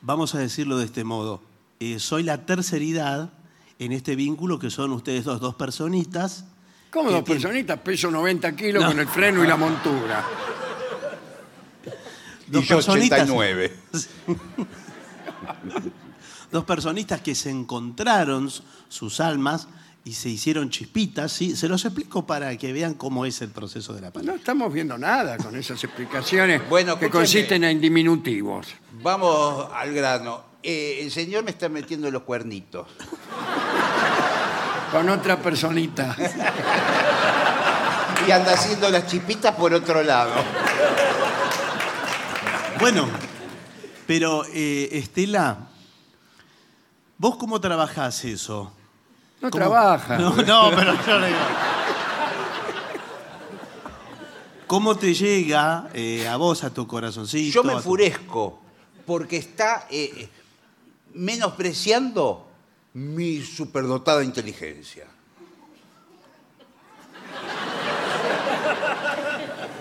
[SPEAKER 3] vamos a decirlo de este modo, Eh, soy la terceridad en este vínculo que son ustedes dos, dos personitas.
[SPEAKER 2] ¿Cómo
[SPEAKER 3] que
[SPEAKER 2] dos
[SPEAKER 3] tienen-
[SPEAKER 2] personitas? Peso 90 kilos
[SPEAKER 3] No.
[SPEAKER 2] con el freno y la montura.
[SPEAKER 3] Dos
[SPEAKER 4] Y yo
[SPEAKER 3] personitas.
[SPEAKER 4] 89.
[SPEAKER 3] Dos personitas que se encontraron s- sus almas y se hicieron chispitas, ¿sí? Se los explico para que vean cómo es el proceso de la
[SPEAKER 2] No
[SPEAKER 3] palabra.
[SPEAKER 2] estamos viendo nada con esas explicaciones
[SPEAKER 4] Bueno,
[SPEAKER 2] que
[SPEAKER 4] escúcheme.
[SPEAKER 2] consisten en diminutivos.
[SPEAKER 4] Vamos al grano. Eh, el señor me está metiendo los cuernitos.
[SPEAKER 2] Con otra personita.
[SPEAKER 4] Y anda haciendo las chispitas por otro lado.
[SPEAKER 3] Bueno, pero eh, Estela, ¿vos cómo trabajás eso?
[SPEAKER 2] No
[SPEAKER 3] ¿Cómo?
[SPEAKER 2] trabaja.
[SPEAKER 3] No, no, pero yo le digo. ¿Cómo te llega eh, a vos, a tu corazoncito?
[SPEAKER 4] Yo me
[SPEAKER 3] a tu-
[SPEAKER 4] enfurezco porque está eh, eh, menospreciando mi superdotada inteligencia.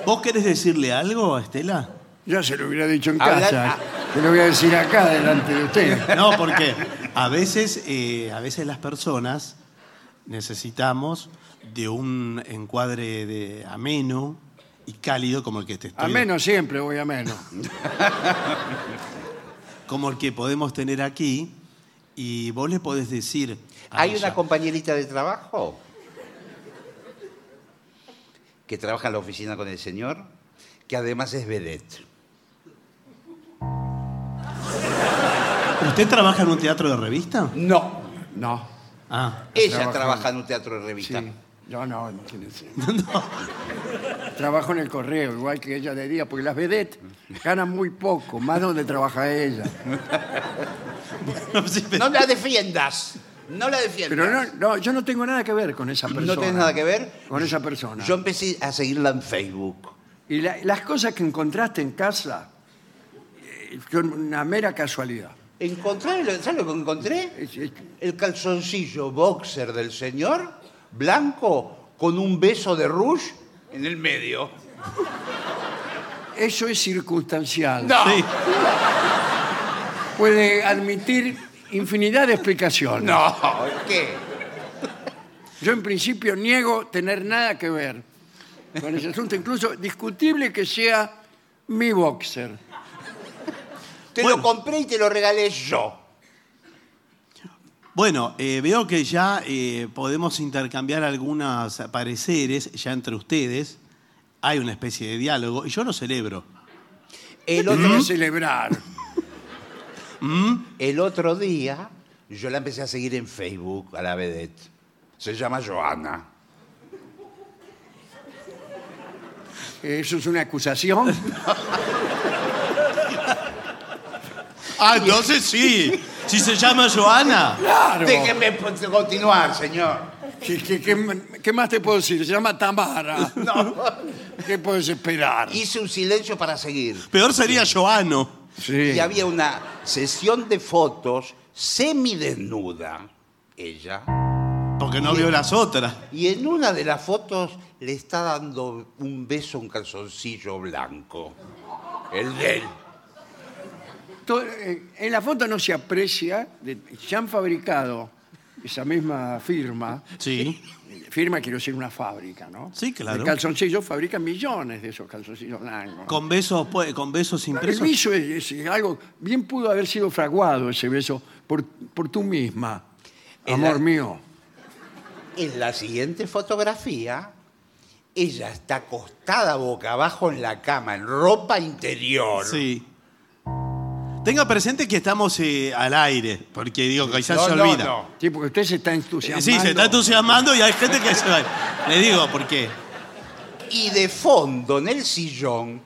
[SPEAKER 3] ¿Vos querés decirle algo a Estela?
[SPEAKER 2] Ya se lo hubiera dicho en
[SPEAKER 4] Habla- Ah.
[SPEAKER 2] casa. Se lo voy a decir acá delante de usted.
[SPEAKER 3] No, porque a veces, eh, a veces las personas necesitamos de un encuadre de ameno y cálido como el que te estoy,
[SPEAKER 2] A menos siempre voy a menos.
[SPEAKER 3] como el que podemos tener aquí y vos le podés decir
[SPEAKER 2] Ah,
[SPEAKER 3] a
[SPEAKER 4] Hay
[SPEAKER 3] ella,
[SPEAKER 4] una compañerita de trabajo que trabaja en la oficina con el señor, que además es vedette.
[SPEAKER 3] ¿Usted trabaja en un teatro de revista?
[SPEAKER 4] No,
[SPEAKER 2] No.
[SPEAKER 3] Ah. [laughs]
[SPEAKER 4] ella
[SPEAKER 2] Trabaja-
[SPEAKER 4] trabaja en un teatro de
[SPEAKER 2] Sí.
[SPEAKER 4] revista.
[SPEAKER 2] Yo no,
[SPEAKER 4] [laughs]
[SPEAKER 2] imagínese. Trabajo en el correo, igual que ella de día, porque las vedettes ganan muy poco, más donde trabaja ella.
[SPEAKER 3] No, sí, pero-
[SPEAKER 4] No la defiendas, no la defiendas.
[SPEAKER 2] Pero no, no, yo no tengo nada que ver con esa persona.
[SPEAKER 4] ¿No tenés nada que ver?
[SPEAKER 2] Con esa persona.
[SPEAKER 4] Yo empecé a seguirla en Facebook.
[SPEAKER 2] Y la- las cosas que encontraste en casa eh, son una mera casualidad.
[SPEAKER 4] Encontré, lo- ¿sabes lo que encontré?
[SPEAKER 2] Es- es-
[SPEAKER 4] El calzoncillo boxer del señor, blanco, con un beso de rouge en el medio.
[SPEAKER 2] Eso es circunstancial.
[SPEAKER 3] Sí.
[SPEAKER 2] Puede admitir infinidad de explicaciones.
[SPEAKER 4] No, ¿qué?
[SPEAKER 2] Yo en principio niego tener nada que ver con ese asunto, incluso discutible que sea mi boxer.
[SPEAKER 4] Te
[SPEAKER 3] Bueno.
[SPEAKER 4] lo compré y te lo regalé yo.
[SPEAKER 3] Bueno, eh, veo que ya eh, podemos intercambiar algunos pareceres ya entre ustedes. Hay una especie de diálogo y yo lo celebro.
[SPEAKER 4] El
[SPEAKER 2] Lo
[SPEAKER 4] otro,
[SPEAKER 2] voy a celebrar.
[SPEAKER 4] el otro día yo la empecé a seguir en Facebook a la vedette. Se llama Joana.
[SPEAKER 2] ¿Eso es una acusación?
[SPEAKER 3] Ah, entonces sí. [laughs] Si se llama Joana.
[SPEAKER 2] Claro.
[SPEAKER 4] Déjeme po- continuar, señor.
[SPEAKER 2] ¿Qué, qué- qué- qué más te puedo decir? Se llama Tamara. ¿Qué puedes esperar?
[SPEAKER 4] Hice un silencio para seguir.
[SPEAKER 3] Peor sería Joano.
[SPEAKER 2] Sí.
[SPEAKER 4] Y había una sesión de fotos semidesnuda, ella,
[SPEAKER 3] Porque no vio las otras.
[SPEAKER 4] y en una de las fotos le está dando un beso a un calzoncillo blanco. El de él.
[SPEAKER 2] To- eh, En la foto no se aprecia, de- se han fabricado esa misma firma,
[SPEAKER 3] Sí.
[SPEAKER 2] firma quiero decir una fábrica, ¿no?
[SPEAKER 3] Sí, claro.
[SPEAKER 2] De calzoncillos fabrican millones de esos calzoncillos blancos.
[SPEAKER 3] Con besos, pues, con besos
[SPEAKER 2] el
[SPEAKER 3] impresos.
[SPEAKER 2] beso es, es algo, bien pudo haber sido fraguado ese beso por, por tú misma,
[SPEAKER 4] El-
[SPEAKER 2] amor mío.
[SPEAKER 4] En la siguiente fotografía, ella está acostada boca abajo en la cama, en ropa interior.
[SPEAKER 3] Sí. Tenga presente que estamos eh, al aire, porque digo, quizás
[SPEAKER 4] No,
[SPEAKER 3] se
[SPEAKER 4] no,
[SPEAKER 3] olvida.
[SPEAKER 4] no.
[SPEAKER 2] Sí, porque usted se está entusiasmando.
[SPEAKER 3] Eh, Sí, se está entusiasmando y hay gente que se va. Le digo, ¿por qué?
[SPEAKER 4] Y de fondo, en el sillón,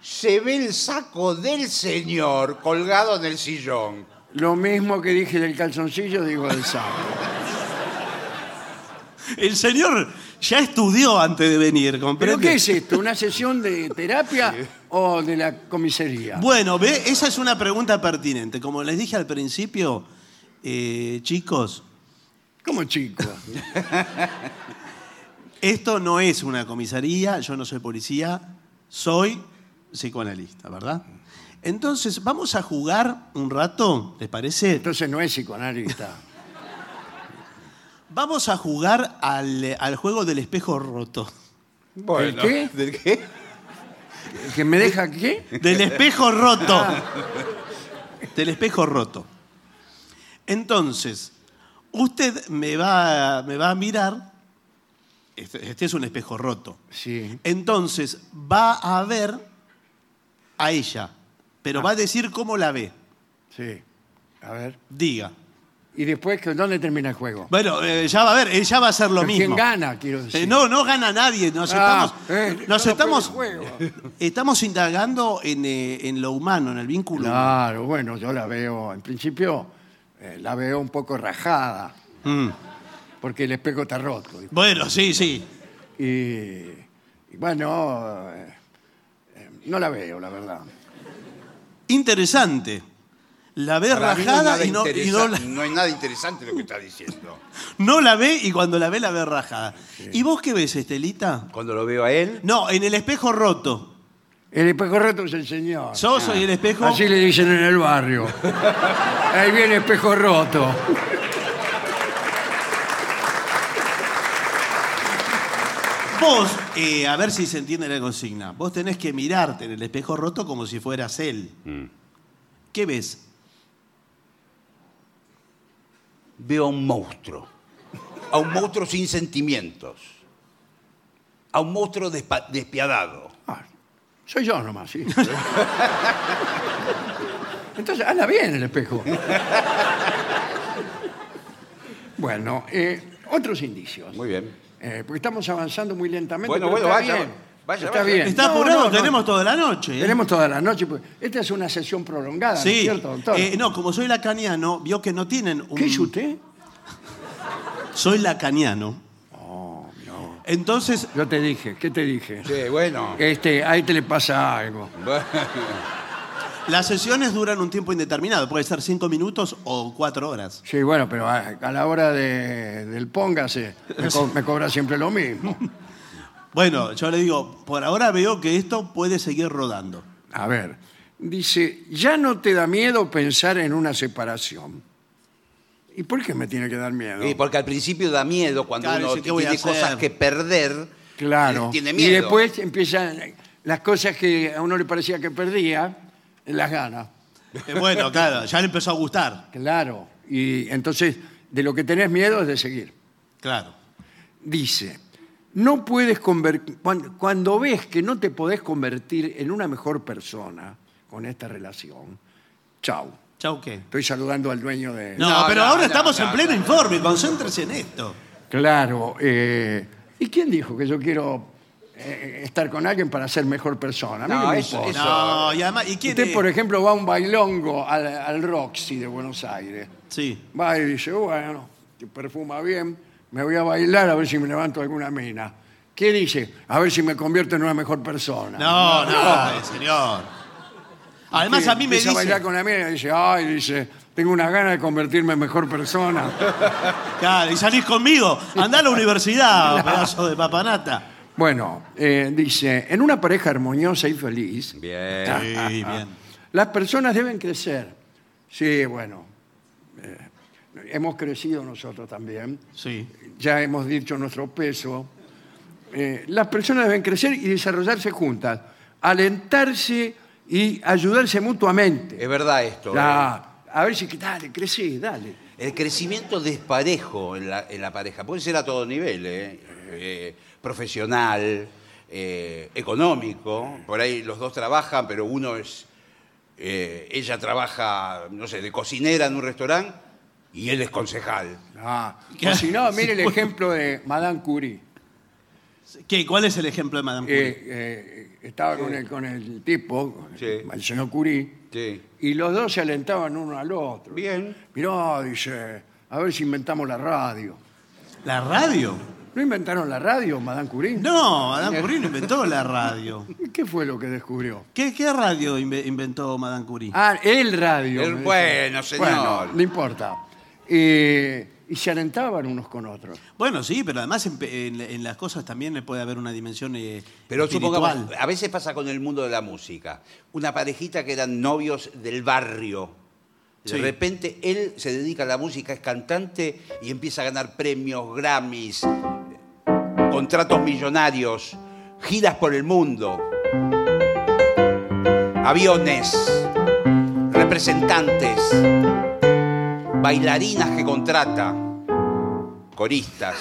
[SPEAKER 4] se ve el saco del señor colgado en el sillón.
[SPEAKER 2] Lo mismo que dije del calzoncillo, digo del
[SPEAKER 3] [laughs]
[SPEAKER 2] saco.
[SPEAKER 3] El señor ya estudió antes de venir,
[SPEAKER 2] ¿Pero
[SPEAKER 3] ¿comprende?
[SPEAKER 2] qué es esto? ¿Una sesión de
[SPEAKER 3] [laughs]
[SPEAKER 2] terapia o de la comisaría?
[SPEAKER 3] Bueno, ve, esa es una pregunta pertinente. Como les dije al principio, eh, chicos,
[SPEAKER 2] Como
[SPEAKER 3] [laughs]
[SPEAKER 2] chico.
[SPEAKER 3] esto no es una comisaría, yo no soy policía, soy psicoanalista, ¿verdad? Entonces, vamos a jugar un rato, ¿les parece?
[SPEAKER 2] Entonces no es psicoanalista.
[SPEAKER 3] Vamos a jugar al, eh, al juego del espejo roto.
[SPEAKER 4] Bueno,
[SPEAKER 2] qué?
[SPEAKER 4] ¿Del qué?
[SPEAKER 2] ¿Que me deja qué?
[SPEAKER 3] Del espejo roto. Del espejo roto. Entonces, usted me va, me va a mirar. Este, este es un espejo roto.
[SPEAKER 2] Sí.
[SPEAKER 3] Entonces, va a ver a ella, pero va a decir cómo la ve.
[SPEAKER 2] Sí. A ver.
[SPEAKER 3] Diga.
[SPEAKER 2] ¿Y después que- dónde termina el juego?
[SPEAKER 3] Bueno, eh, ya va a ver, ella va a hacer lo
[SPEAKER 2] Pero ¿Quién
[SPEAKER 3] mismo.
[SPEAKER 2] gana, quiero decir?
[SPEAKER 3] Eh, no, no gana nadie. Nos
[SPEAKER 2] Ah,
[SPEAKER 3] estamos,
[SPEAKER 2] eh, no
[SPEAKER 3] nos
[SPEAKER 2] lo
[SPEAKER 3] estamos,
[SPEAKER 2] puede juego.
[SPEAKER 3] estamos indagando en, eh, en lo humano, en el vínculo. humano.
[SPEAKER 2] Claro, bueno, yo la veo, en principio, eh, la veo un poco rajada,
[SPEAKER 3] Mm.
[SPEAKER 2] porque el espejo está roto.
[SPEAKER 3] Bueno, sí, sí.
[SPEAKER 2] Y, y bueno, eh, eh, no la veo, la verdad.
[SPEAKER 3] Interesante. La ve
[SPEAKER 4] Para mí
[SPEAKER 3] rajada
[SPEAKER 4] hay
[SPEAKER 3] y, no, y
[SPEAKER 4] nada interesa-
[SPEAKER 3] no la,
[SPEAKER 4] no hay nada interesante lo que está diciendo.
[SPEAKER 3] no la ve y cuando la ve la ve rajada. ¿Y vos qué ves, Estelita?
[SPEAKER 4] Cuando lo veo a él,
[SPEAKER 3] No, en el espejo roto.
[SPEAKER 2] El espejo roto es el señor.
[SPEAKER 3] Yo soy el espejo.
[SPEAKER 2] Así le dicen en el barrio. Ahí viene espejo roto.
[SPEAKER 3] Vos, eh, a ver si se entiende la consigna. Vos tenés que mirarte en el espejo roto como si fueras él. ¿Qué ves?
[SPEAKER 4] veo a un monstruo. A un monstruo sin sentimientos. A un monstruo despa- despiadado.
[SPEAKER 2] Ah, soy yo nomás, sí. Entonces, anda bien el espejo. Bueno, eh, otros indicios.
[SPEAKER 4] Muy bien.
[SPEAKER 2] Eh, porque estamos avanzando muy lentamente.
[SPEAKER 4] Bueno,
[SPEAKER 2] pero
[SPEAKER 4] bueno,
[SPEAKER 2] está
[SPEAKER 4] vaya,
[SPEAKER 2] bien.
[SPEAKER 4] vaya,
[SPEAKER 2] está
[SPEAKER 4] vaya.
[SPEAKER 2] bien.
[SPEAKER 3] ¿Está
[SPEAKER 2] No,
[SPEAKER 3] apurado?
[SPEAKER 2] no, no.
[SPEAKER 3] Tenemos toda la noche. ¿eh?
[SPEAKER 2] Tenemos toda la noche. pues. Esta es una sesión prolongada, ¿no es
[SPEAKER 3] Sí.
[SPEAKER 2] ¿cierto, doctor?
[SPEAKER 3] Eh, no, como soy lacaniano, vio que no tienen un.
[SPEAKER 2] ¿Qué es usted?
[SPEAKER 3] Soy lacaniano.
[SPEAKER 2] Oh,
[SPEAKER 3] Entonces,
[SPEAKER 2] Yo te dije, ¿qué te dije?
[SPEAKER 4] Sí, [laughs] bueno.
[SPEAKER 2] Este, ahí te le pasa algo.
[SPEAKER 3] las sesiones duran un tiempo indeterminado. Puede ser cinco minutos o cuatro horas.
[SPEAKER 2] Sí, bueno, pero a, a la hora de- del póngase, me, co- me cobra siempre lo mismo.
[SPEAKER 3] Bueno, yo le digo, por ahora veo que esto puede seguir rodando.
[SPEAKER 2] A ver, dice, ya no te da miedo pensar en una separación. ¿Y por qué me tiene que dar miedo?
[SPEAKER 4] Sí, porque al principio da miedo cuando
[SPEAKER 3] Claro,
[SPEAKER 4] uno
[SPEAKER 3] dice, ¿qué voy a
[SPEAKER 4] tiene
[SPEAKER 3] hacer?
[SPEAKER 4] cosas que perder. eh,
[SPEAKER 2] Claro.
[SPEAKER 4] Tiene
[SPEAKER 2] Y
[SPEAKER 4] miedo.
[SPEAKER 2] después empiezan las cosas que a uno le parecía que perdía, las ganas.
[SPEAKER 3] Eh, bueno, claro, ya le empezó a gustar.
[SPEAKER 2] Claro. Y entonces, de lo que tenés miedo es de seguir.
[SPEAKER 3] Claro.
[SPEAKER 2] Dice, no puedes convertir, cuando, ves que no te podés convertir en una mejor persona con esta relación, chau.
[SPEAKER 3] Chau, ¿qué?
[SPEAKER 2] Estoy saludando al dueño de...
[SPEAKER 3] No,
[SPEAKER 4] No,
[SPEAKER 3] pero
[SPEAKER 4] no,
[SPEAKER 3] ahora
[SPEAKER 4] no,
[SPEAKER 3] estamos
[SPEAKER 4] no,
[SPEAKER 3] en pleno informe, concéntrese en esto.
[SPEAKER 2] Claro. eh, ¿Y quién dijo que yo quiero eh, estar con alguien para ser mejor persona? A mí
[SPEAKER 4] No,
[SPEAKER 2] no me
[SPEAKER 4] eso-
[SPEAKER 2] importa.
[SPEAKER 4] eso-
[SPEAKER 3] No, y además, ¿y quién
[SPEAKER 2] Usted,
[SPEAKER 3] es?
[SPEAKER 2] por ejemplo, va a un bailongo al, al Roxy de Buenos Aires.
[SPEAKER 3] Sí.
[SPEAKER 2] Va y dice, bueno, que perfuma bien, me voy a bailar a ver si me levanto alguna mina. ¿Qué dice? A ver si me convierto en una mejor persona.
[SPEAKER 3] No, no, eh, señor. Además,
[SPEAKER 2] Que
[SPEAKER 3] a mí me
[SPEAKER 2] empieza a bailar
[SPEAKER 3] dice.
[SPEAKER 2] con la mina y dice, ay, dice, tengo una gana de convertirme en mejor
[SPEAKER 3] [laughs]
[SPEAKER 2] persona.
[SPEAKER 3] Claro, y salís conmigo. Andá a
[SPEAKER 2] [laughs]
[SPEAKER 3] la universidad, pedazo de papanata.
[SPEAKER 2] bueno, eh, dice, en una pareja armoniosa y feliz,
[SPEAKER 4] Bien.
[SPEAKER 3] Sí, bien.
[SPEAKER 2] Las personas deben crecer. Sí, bueno. eh, hemos crecido nosotros también.
[SPEAKER 3] Sí.
[SPEAKER 2] Ya hemos dicho nuestro peso. Eh, las personas deben crecer y desarrollarse juntas, alentarse y ayudarse mutuamente.
[SPEAKER 4] Es verdad esto. ¿eh?
[SPEAKER 2] La- a ver si dale, crecí, dale.
[SPEAKER 4] El crecimiento desparejo en la, en la pareja puede ser a todo nivel, ¿eh? Eh, profesional, eh, económico. Por ahí los dos trabajan, pero uno es. eh, ella trabaja, no sé, de cocinera en un restaurante y él es concejal. [laughs]
[SPEAKER 2] Ah, o si no, mire el ejemplo de Madame Curie.
[SPEAKER 3] ¿Qué? ¿Cuál es el ejemplo de Madame Curie?
[SPEAKER 2] Eh, eh, estaba con el, con el tipo,
[SPEAKER 4] Sí.
[SPEAKER 2] el señor Curie,
[SPEAKER 4] Sí.
[SPEAKER 2] Y los dos se alentaban uno al otro.
[SPEAKER 4] Bien.
[SPEAKER 2] Mirá, dice, a ver si inventamos la radio.
[SPEAKER 3] ¿La radio?
[SPEAKER 2] ¿No inventaron la radio, Madame Curie?
[SPEAKER 3] No, Madame Curie no inventó la radio.
[SPEAKER 2] ¿Y qué fue lo que descubrió?
[SPEAKER 3] ¿Qué, qué radio inve- inventó Madame Curie?
[SPEAKER 2] Ah, el radio.
[SPEAKER 4] El-
[SPEAKER 2] me dice.
[SPEAKER 4] bueno, señor.
[SPEAKER 2] Bueno, no importa. Eh, y se alentaban unos con otros.
[SPEAKER 3] Bueno, sí, pero además en, pe- en- en las cosas también le puede haber una dimensión eh,
[SPEAKER 4] Pero
[SPEAKER 3] espiritual.
[SPEAKER 4] supongamos, a veces pasa con el mundo de la música. Una parejita que eran novios del barrio. De
[SPEAKER 3] Sí.
[SPEAKER 4] repente él se dedica a la música, es cantante y empieza a ganar premios, Grammys, contratos millonarios, giras por el mundo, aviones, representantes, bailarinas que contrata, coristas.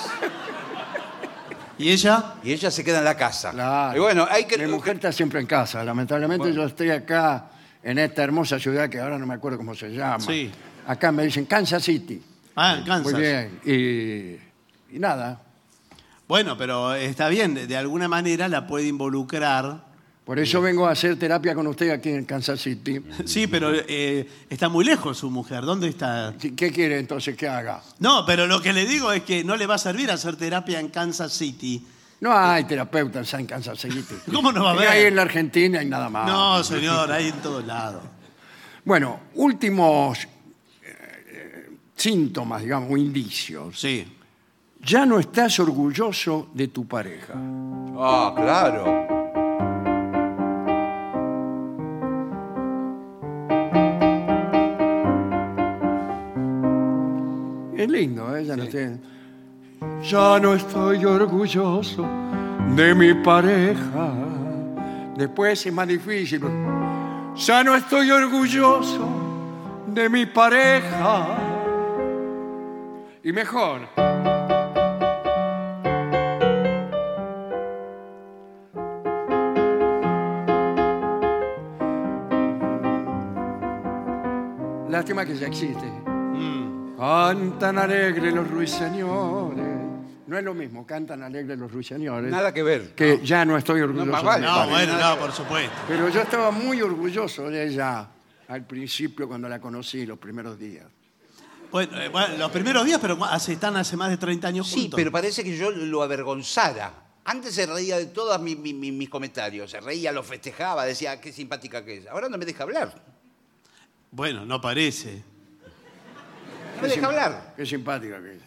[SPEAKER 3] ¿Y ella?
[SPEAKER 4] Y ella se queda en la casa.
[SPEAKER 2] Claro.
[SPEAKER 4] Ah, Y bueno, hay que...
[SPEAKER 2] Mi mujer está siempre en casa. Lamentablemente yo estoy acá, en esta hermosa ciudad que ahora no me acuerdo cómo se llama.
[SPEAKER 3] Sí.
[SPEAKER 2] Acá me dicen Kansas City.
[SPEAKER 3] Ah, en Kansas.
[SPEAKER 2] Muy bien. Y- y nada,
[SPEAKER 3] Bueno, pero está bien, de- de alguna manera la puede involucrar.
[SPEAKER 2] Por eso vengo a hacer terapia con usted aquí en Kansas City.
[SPEAKER 3] Sí, pero eh, está muy lejos su mujer. ¿Dónde está?
[SPEAKER 2] ¿Qué- ¿Qué quiere entonces que haga?
[SPEAKER 3] No, pero lo que le digo es que no le va a servir hacer terapia en Kansas City.
[SPEAKER 2] No hay terapeuta en Kansas City.
[SPEAKER 3] ¿Cómo no va a haber?
[SPEAKER 2] Ahí en la Argentina y nada más.
[SPEAKER 3] No, señor, hay en todos lados.
[SPEAKER 2] Bueno, últimos eh, eh, síntomas, digamos, o indicios.
[SPEAKER 3] Sí.
[SPEAKER 2] Ya no estás orgulloso de tu pareja.
[SPEAKER 4] Ah, claro.
[SPEAKER 2] Es lindo, ¿eh? Ya no, estoy... ya no estoy orgulloso de mi pareja. Después es más difícil. Ya no estoy orgulloso de mi pareja. Y mejor. Lástima que ya existe.
[SPEAKER 4] Mm.
[SPEAKER 2] Cantan alegre los ruiseñores. No es lo mismo, cantan alegre los ruiseñores.
[SPEAKER 4] Nada que ver.
[SPEAKER 2] que ya no estoy orgulloso.
[SPEAKER 4] No, más
[SPEAKER 2] de
[SPEAKER 4] vale.
[SPEAKER 2] mi
[SPEAKER 3] No,
[SPEAKER 2] pareja.
[SPEAKER 3] bueno, no, por supuesto.
[SPEAKER 2] Pero yo estaba muy orgulloso de ella al principio cuando la conocí, los primeros días.
[SPEAKER 3] Bueno, eh, bueno, los primeros días, pero hace, están hace más de 30 años
[SPEAKER 4] Sí,
[SPEAKER 3] juntos.
[SPEAKER 4] pero parece que yo lo avergonzara. Antes se reía de todos mis, mis- mis- mis comentarios. Se reía, lo festejaba, decía "Ah, qué simpática que es. Ahora no me deja hablar.
[SPEAKER 3] Bueno, no parece.
[SPEAKER 4] No me deja hablar.
[SPEAKER 2] Qué simpática que es.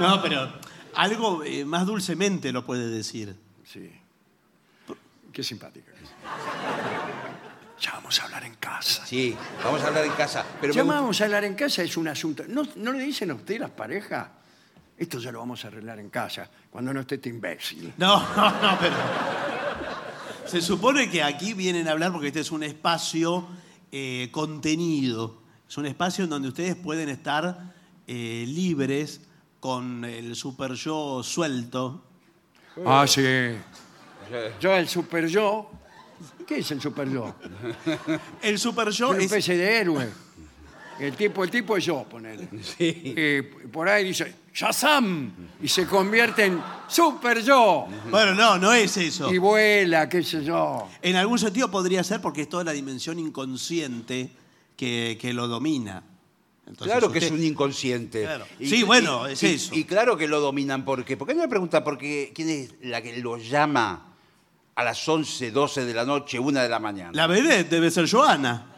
[SPEAKER 3] No, pero algo eh, más dulcemente lo puede decir.
[SPEAKER 2] Sí. Qué simpática que es. Ya vamos a hablar en en casa.
[SPEAKER 4] Sí, vamos a hablar en casa. Pero me gusta-
[SPEAKER 2] Llamamos a hablar en casa es un asunto. ¿No, no le dicen a usted las parejas? Esto ya lo vamos a arreglar en casa, cuando no esté este imbécil.
[SPEAKER 3] No, [laughs] no, no, pero. Se supone que aquí vienen a hablar porque este es un espacio eh, contenido. Es un espacio en donde ustedes pueden estar eh, libres con el super yo suelto.
[SPEAKER 1] Ah, sí.
[SPEAKER 2] Yo, el super yo. ¿Qué es el super yo?
[SPEAKER 3] El super yo
[SPEAKER 2] Una
[SPEAKER 3] es.
[SPEAKER 4] pues,
[SPEAKER 2] especie de héroe. El tipo, el tipo es yo, ponele. Eh, por ahí dice, ¡Shazam! Y se convierte en super yo.
[SPEAKER 3] Bueno, no, no es eso.
[SPEAKER 2] Y vuela, qué sé yo.
[SPEAKER 3] En algún sentido podría ser porque es toda la dimensión inconsciente que, que lo domina. Entonces,
[SPEAKER 4] Claro que es
[SPEAKER 3] usted-
[SPEAKER 4] un inconsciente.
[SPEAKER 3] Claro. Sí, bueno, es
[SPEAKER 4] y-
[SPEAKER 3] eso.
[SPEAKER 4] Y claro que lo dominan. ¿Por qué? Porque hay una pregunta, porque ¿quién es la que lo llama a las 11, 12 de la noche, 1 de la mañana?
[SPEAKER 3] La vedette debe ser Joana.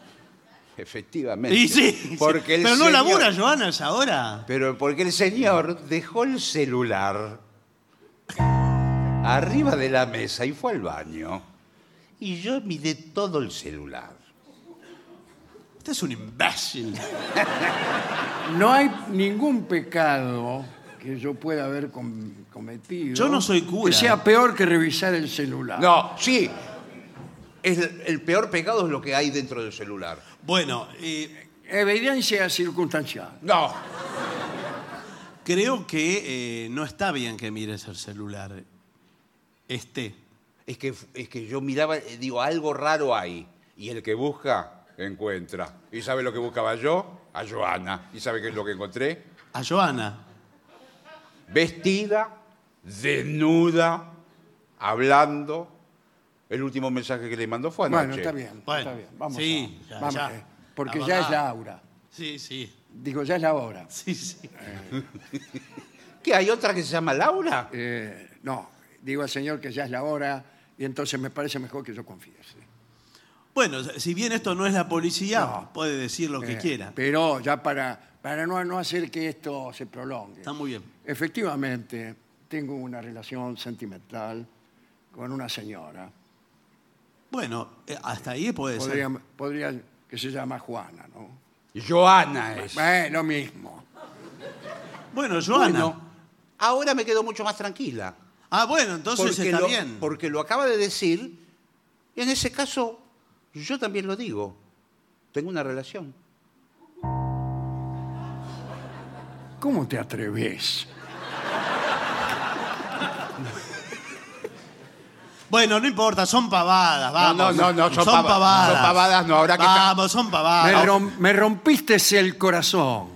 [SPEAKER 4] Efectivamente.
[SPEAKER 3] Y sí.
[SPEAKER 4] Porque el
[SPEAKER 3] pero no
[SPEAKER 4] señor-
[SPEAKER 3] labura Joana es ahora.
[SPEAKER 4] Pero porque el señor dejó el celular arriba de la mesa y fue al baño. Y yo miré todo el celular.
[SPEAKER 3] Usted es un imbécil.
[SPEAKER 2] No hay ningún pecado que yo pueda haber com- cometido.
[SPEAKER 3] Yo no soy cura.
[SPEAKER 2] Que sea peor que revisar el celular.
[SPEAKER 4] No, sí. Es el, el peor pecado es lo que hay dentro del celular.
[SPEAKER 3] Bueno, eh,
[SPEAKER 2] Evidencia circunstancial.
[SPEAKER 5] No,
[SPEAKER 3] creo que eh, no está bien que mires el celular. Este.
[SPEAKER 4] Es que, es que yo miraba, eh, digo, algo raro hay.
[SPEAKER 5] y el que busca, encuentra. ¿Y sabe lo que buscaba yo? A Joana. ¿Y sabe qué es lo que encontré?
[SPEAKER 3] A Joana.
[SPEAKER 5] Vestida, desnuda, hablando. El último mensaje que le mandó fue anoche.
[SPEAKER 2] Bueno, está bien.
[SPEAKER 3] Bueno,
[SPEAKER 2] está bien. Vamos.
[SPEAKER 3] sí,
[SPEAKER 2] a-
[SPEAKER 3] ya,
[SPEAKER 2] vamos
[SPEAKER 3] ya.
[SPEAKER 2] a- porque
[SPEAKER 3] La
[SPEAKER 2] ya es
[SPEAKER 3] verdad.
[SPEAKER 2] la hora.
[SPEAKER 3] Sí, sí.
[SPEAKER 2] Digo, ya es la hora.
[SPEAKER 3] Sí, sí.
[SPEAKER 4] ¿Qué? ¿Hay otra que se llama Laura?
[SPEAKER 2] Eh, no, digo al señor que ya es la hora y entonces me parece mejor que yo confiese.
[SPEAKER 3] Bueno, si bien esto no es la policía,
[SPEAKER 2] No.
[SPEAKER 3] puede decir lo que
[SPEAKER 2] Eh,
[SPEAKER 3] quiera.
[SPEAKER 2] Pero ya para, para no, no hacer que esto se prolongue.
[SPEAKER 3] Está muy bien.
[SPEAKER 2] Efectivamente, tengo una relación sentimental con una señora.
[SPEAKER 3] Bueno, eh, hasta ahí puede
[SPEAKER 2] Podría,
[SPEAKER 3] ser.
[SPEAKER 2] podría que se llama Juana, ¿no?
[SPEAKER 4] Joana es.
[SPEAKER 2] Eh, lo mismo.
[SPEAKER 3] Bueno, Joana.
[SPEAKER 4] Bueno, ahora me quedo mucho más tranquila.
[SPEAKER 3] Ah, bueno, entonces
[SPEAKER 4] Porque
[SPEAKER 3] está
[SPEAKER 4] lo,
[SPEAKER 3] bien.
[SPEAKER 4] porque lo acaba de decir. Y en ese caso, yo también lo digo. Tengo una relación.
[SPEAKER 2] ¿Cómo te atreves?
[SPEAKER 3] Bueno, no importa, son pavadas, vamos.
[SPEAKER 5] no, no, no, son pava-
[SPEAKER 3] pavadas.
[SPEAKER 5] son pavadas, no, habrá que ca-
[SPEAKER 3] Vamos, son
[SPEAKER 2] Me,
[SPEAKER 3] pavadas.
[SPEAKER 2] rom- me rompiste el corazón.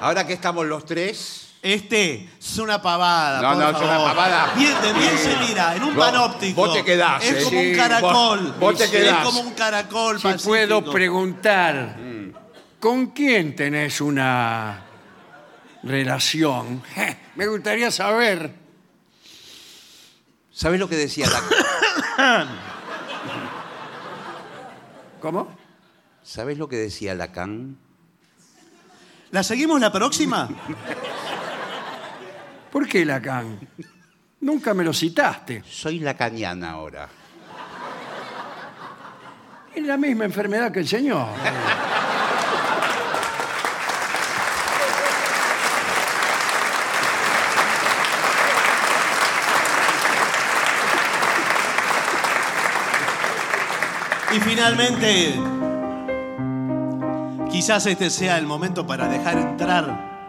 [SPEAKER 4] Ahora que estamos los tres.
[SPEAKER 3] Este es una pavada.
[SPEAKER 5] No,
[SPEAKER 3] por
[SPEAKER 5] no, es una
[SPEAKER 3] favor.
[SPEAKER 5] pavada.
[SPEAKER 3] Bien, de bien se mira, en un
[SPEAKER 5] Vos-
[SPEAKER 3] panóptico.
[SPEAKER 5] vos te quedás,
[SPEAKER 3] Es
[SPEAKER 5] eh.
[SPEAKER 3] como
[SPEAKER 5] Sí,
[SPEAKER 3] un caracol.
[SPEAKER 5] vos- vos te quedás.
[SPEAKER 3] Es como un caracol
[SPEAKER 2] Si
[SPEAKER 3] pacífico.
[SPEAKER 2] puedo preguntar, ¿con quién tenés una relación? me gustaría saber.
[SPEAKER 4] ¿Sabes lo que decía la,
[SPEAKER 2] ¿Cómo?
[SPEAKER 4] ¿Sabes lo que decía Lacan?
[SPEAKER 3] ¿La seguimos la próxima?
[SPEAKER 2] ¿Por qué Lacan? Nunca me lo citaste.
[SPEAKER 4] Soy lacaniana ahora.
[SPEAKER 2] Es la misma enfermedad que el señor.
[SPEAKER 3] Y finalmente, quizás este sea el momento para dejar entrar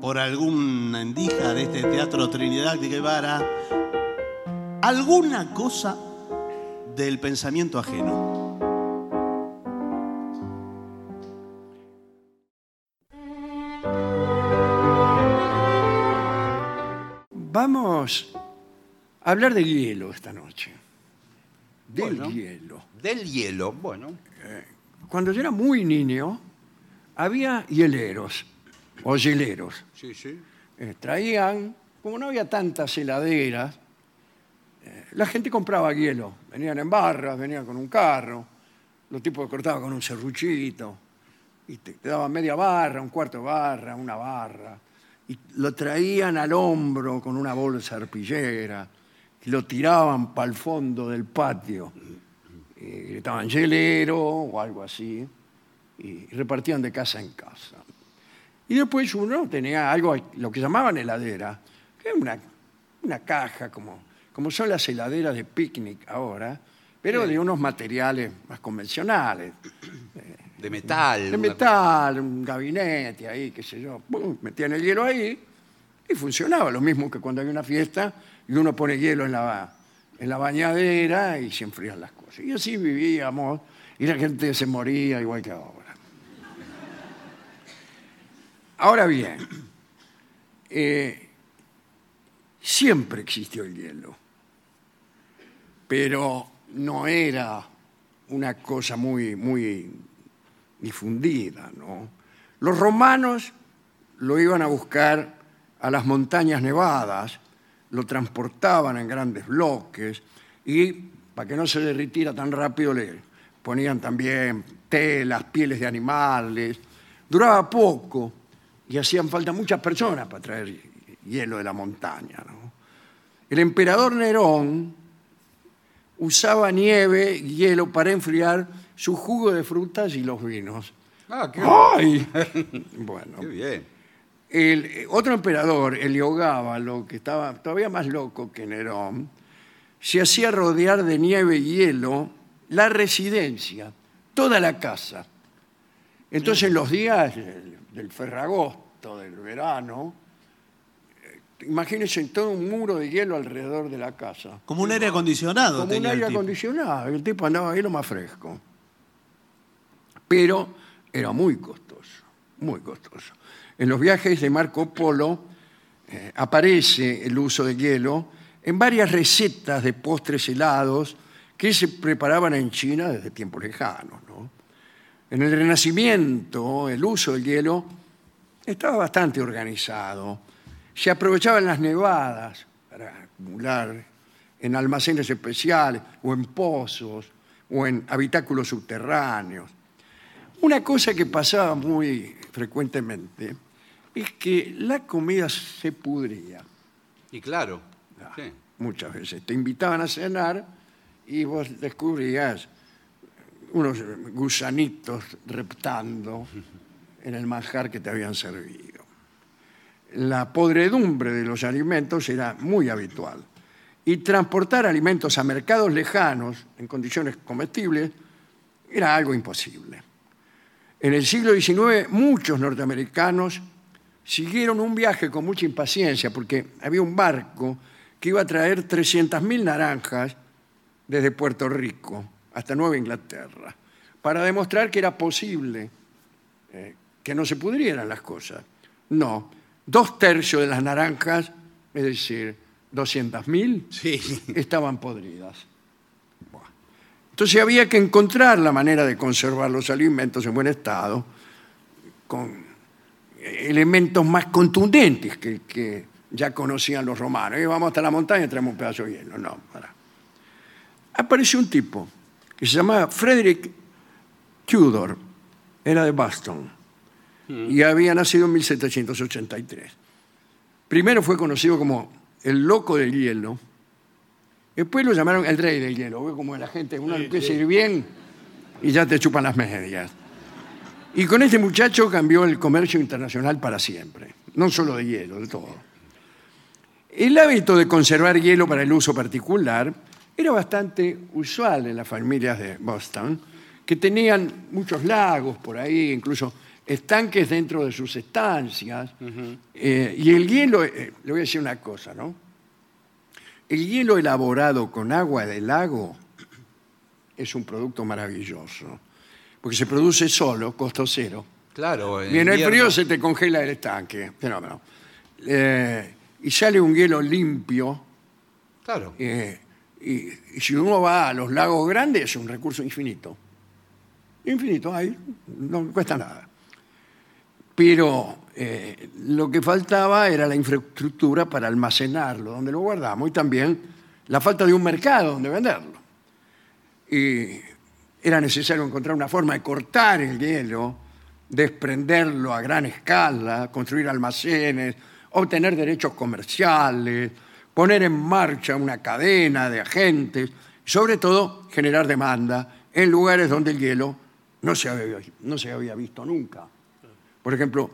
[SPEAKER 3] por alguna endija de este Teatro Trinidad de Guevara alguna cosa del pensamiento ajeno.
[SPEAKER 2] Vamos a hablar del hielo esta noche. Del
[SPEAKER 4] Bueno.
[SPEAKER 2] hielo.
[SPEAKER 4] Del hielo, bueno.
[SPEAKER 2] Cuando yo era muy niño, había hieleros o hieleros.
[SPEAKER 4] Sí, sí.
[SPEAKER 2] Eh, traían, como no había tantas heladeras, eh, la gente compraba hielo. Venían en barras, venían con un carro, los tipos cortaban con un serruchito, y te, te daban media barra, un cuarto de barra, una barra, y lo traían al hombro con una bolsa arpillera, y lo tiraban para el fondo del patio. eh, gritaban gelero o algo así, y repartían de casa en casa. Y después uno tenía algo, lo que llamaban heladera, que era una, una caja, como, como son las heladeras de picnic ahora, pero de unos materiales más convencionales,
[SPEAKER 4] De metal.
[SPEAKER 2] de
[SPEAKER 4] una-
[SPEAKER 2] metal, un gabinete ahí, qué sé yo. Pum, metían el hielo ahí y funcionaba. Lo mismo que cuando hay una fiesta y uno pone hielo en la, ba- en la bañadera y se enfrían las cosas. Y así vivíamos y la gente se moría igual que ahora. Ahora bien, eh, siempre existió el hielo, pero no era una cosa muy, muy difundida, ¿no? Los romanos lo iban a buscar a las montañas nevadas, lo transportaban en grandes bloques y para que no se derritiera tan rápido le ponían también telas, pieles de animales. Duraba poco y hacían falta muchas personas para traer hielo de la montaña, ¿no? El emperador Nerón usaba nieve y hielo para enfriar su jugo de frutas y los vinos.
[SPEAKER 5] Ah, qué,
[SPEAKER 2] ¡Ay! bueno,
[SPEAKER 5] qué bien.
[SPEAKER 2] el eh, otro emperador, Heliogábalo, que estaba todavía más loco que Nerón, se hacía rodear de nieve y hielo la residencia, toda la casa. Entonces, en los días del, del ferragosto, del verano, eh, imagínense todo un muro de hielo alrededor de la casa.
[SPEAKER 3] Como un aire acondicionado.
[SPEAKER 2] Como un
[SPEAKER 3] tenía el
[SPEAKER 2] aire
[SPEAKER 3] tipo.
[SPEAKER 2] acondicionado, el tipo andaba ahí lo más fresco. Pero era muy costoso, muy costoso. En los viajes de Marco Polo eh, aparece el uso de hielo en varias recetas de postres helados que se preparaban en China desde tiempos lejanos. ¿no? En el Renacimiento, el uso del hielo estaba bastante organizado. Se aprovechaban las nevadas para acumular en almacenes especiales o en pozos o en habitáculos subterráneos. Una cosa que pasaba muy frecuentemente es que la comida se pudría
[SPEAKER 4] Y claro.
[SPEAKER 2] Ah.
[SPEAKER 4] sí.
[SPEAKER 2] muchas veces. Te invitaban a cenar y vos descubrías unos gusanitos reptando en el manjar que te habían servido. La podredumbre de los alimentos era muy habitual. Y transportar alimentos a mercados lejanos en condiciones comestibles era algo imposible. En el siglo XIX muchos norteamericanos siguieron un viaje con mucha impaciencia porque había un barco que iba a traer 300.000 naranjas desde Puerto Rico hasta Nueva Inglaterra para demostrar que era posible eh, que no se pudrieran las cosas. No, dos tercios de las naranjas, es decir, 200.000,
[SPEAKER 4] Sí.
[SPEAKER 2] [laughs] estaban podridas. Buah. Entonces había que encontrar la manera de conservar los alimentos en buen estado con eh, elementos más contundentes que, que ya conocían los romanos. Eh, vamos hasta la montaña y traemos un pedazo de hielo. No, para. Apareció un tipo que se llamaba Frederick Tudor, era de Boston y había nacido en 1783. Primero fue conocido como el loco del hielo. Después lo llamaron el rey del hielo. Ve como la gente, uno le empieza a ir bien y ya te chupan las medias. Y con este muchacho cambió el comercio internacional para siempre. No solo de hielo, de todo. El hábito de conservar hielo para el uso particular era bastante usual en las familias de Boston, que tenían muchos lagos por ahí, incluso estanques dentro de sus estancias. Eh, y el hielo, eh, le voy a decir una cosa, ¿no? El hielo elaborado con agua de lago es un producto maravilloso, porque se produce solo, costo cero.
[SPEAKER 4] Claro. en
[SPEAKER 2] Y en el
[SPEAKER 4] invierno-
[SPEAKER 2] frío se te congela el estanque. Fenómeno. Eh, y sale un hielo limpio.
[SPEAKER 4] Claro.
[SPEAKER 2] eh, y, y si uno va a los lagos grandes, es un recurso infinito. Infinito, ahí no cuesta nada. Pero eh, lo que faltaba era la infraestructura para almacenarlo, donde lo guardamos, y también la falta de un mercado donde venderlo. Y era necesario encontrar una forma de cortar el hielo, desprenderlo a gran escala, construir almacenes, obtener derechos comerciales, poner en marcha una cadena de agentes Sobre todo, generar demanda en lugares donde el hielo no se había, no se había visto nunca. Por ejemplo,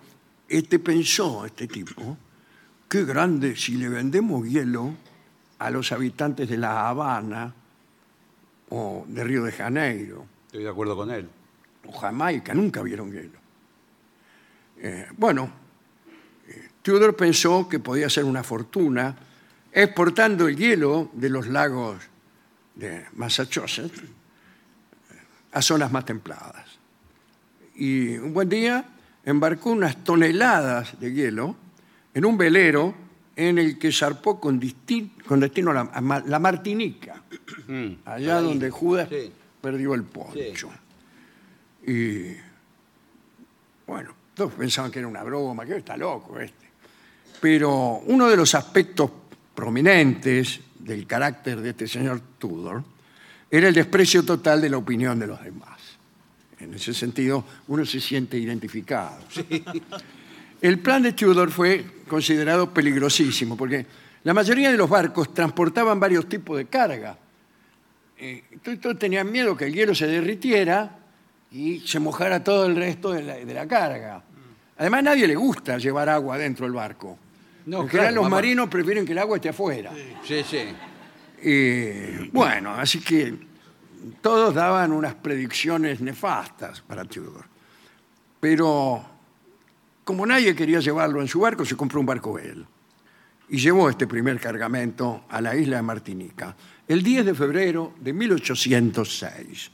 [SPEAKER 2] este pensó, este tipo, qué grande, si le vendemos hielo a los habitantes de La Habana o de Río de Janeiro
[SPEAKER 4] Estoy de acuerdo con él.
[SPEAKER 2] o Jamaica, nunca vieron hielo. Eh, bueno, eh, Theodore pensó que podía hacer una fortuna exportando el hielo de los lagos de Massachusetts eh, a zonas más templadas. Y un buen día embarcó unas toneladas de hielo en un velero en el que zarpó con, disti- con destino a la, a Ma- la Martinica, allá
[SPEAKER 4] ahí.
[SPEAKER 2] donde Judas
[SPEAKER 4] Mm, Sí.
[SPEAKER 2] perdió el poncho. Y bueno, todos pensaban que era una broma, que está loco este. Pero uno de los aspectos prominentes del carácter de este señor Tudor era el desprecio total de la opinión de los demás. En ese sentido, uno se siente identificado. [laughs] El plan de Tudor fue considerado peligrosísimo porque la mayoría de los barcos transportaban varios tipos de carga. Eh, Entonces todos tenían miedo que el hielo se derritiera y se mojara todo el resto de la, de la carga. Además, a nadie le gusta llevar agua dentro del barco.
[SPEAKER 4] No,
[SPEAKER 2] en general,
[SPEAKER 4] claro,
[SPEAKER 2] los
[SPEAKER 4] vamos.
[SPEAKER 2] marinos prefieren que el agua esté afuera.
[SPEAKER 4] Sí, sí.
[SPEAKER 2] Eh, bueno, así que todos daban unas predicciones nefastas para Tudor. Pero como nadie quería llevarlo en su barco, se compró un barco él. Y llevó este primer cargamento a la isla de Martinica el 10 de febrero de 1806.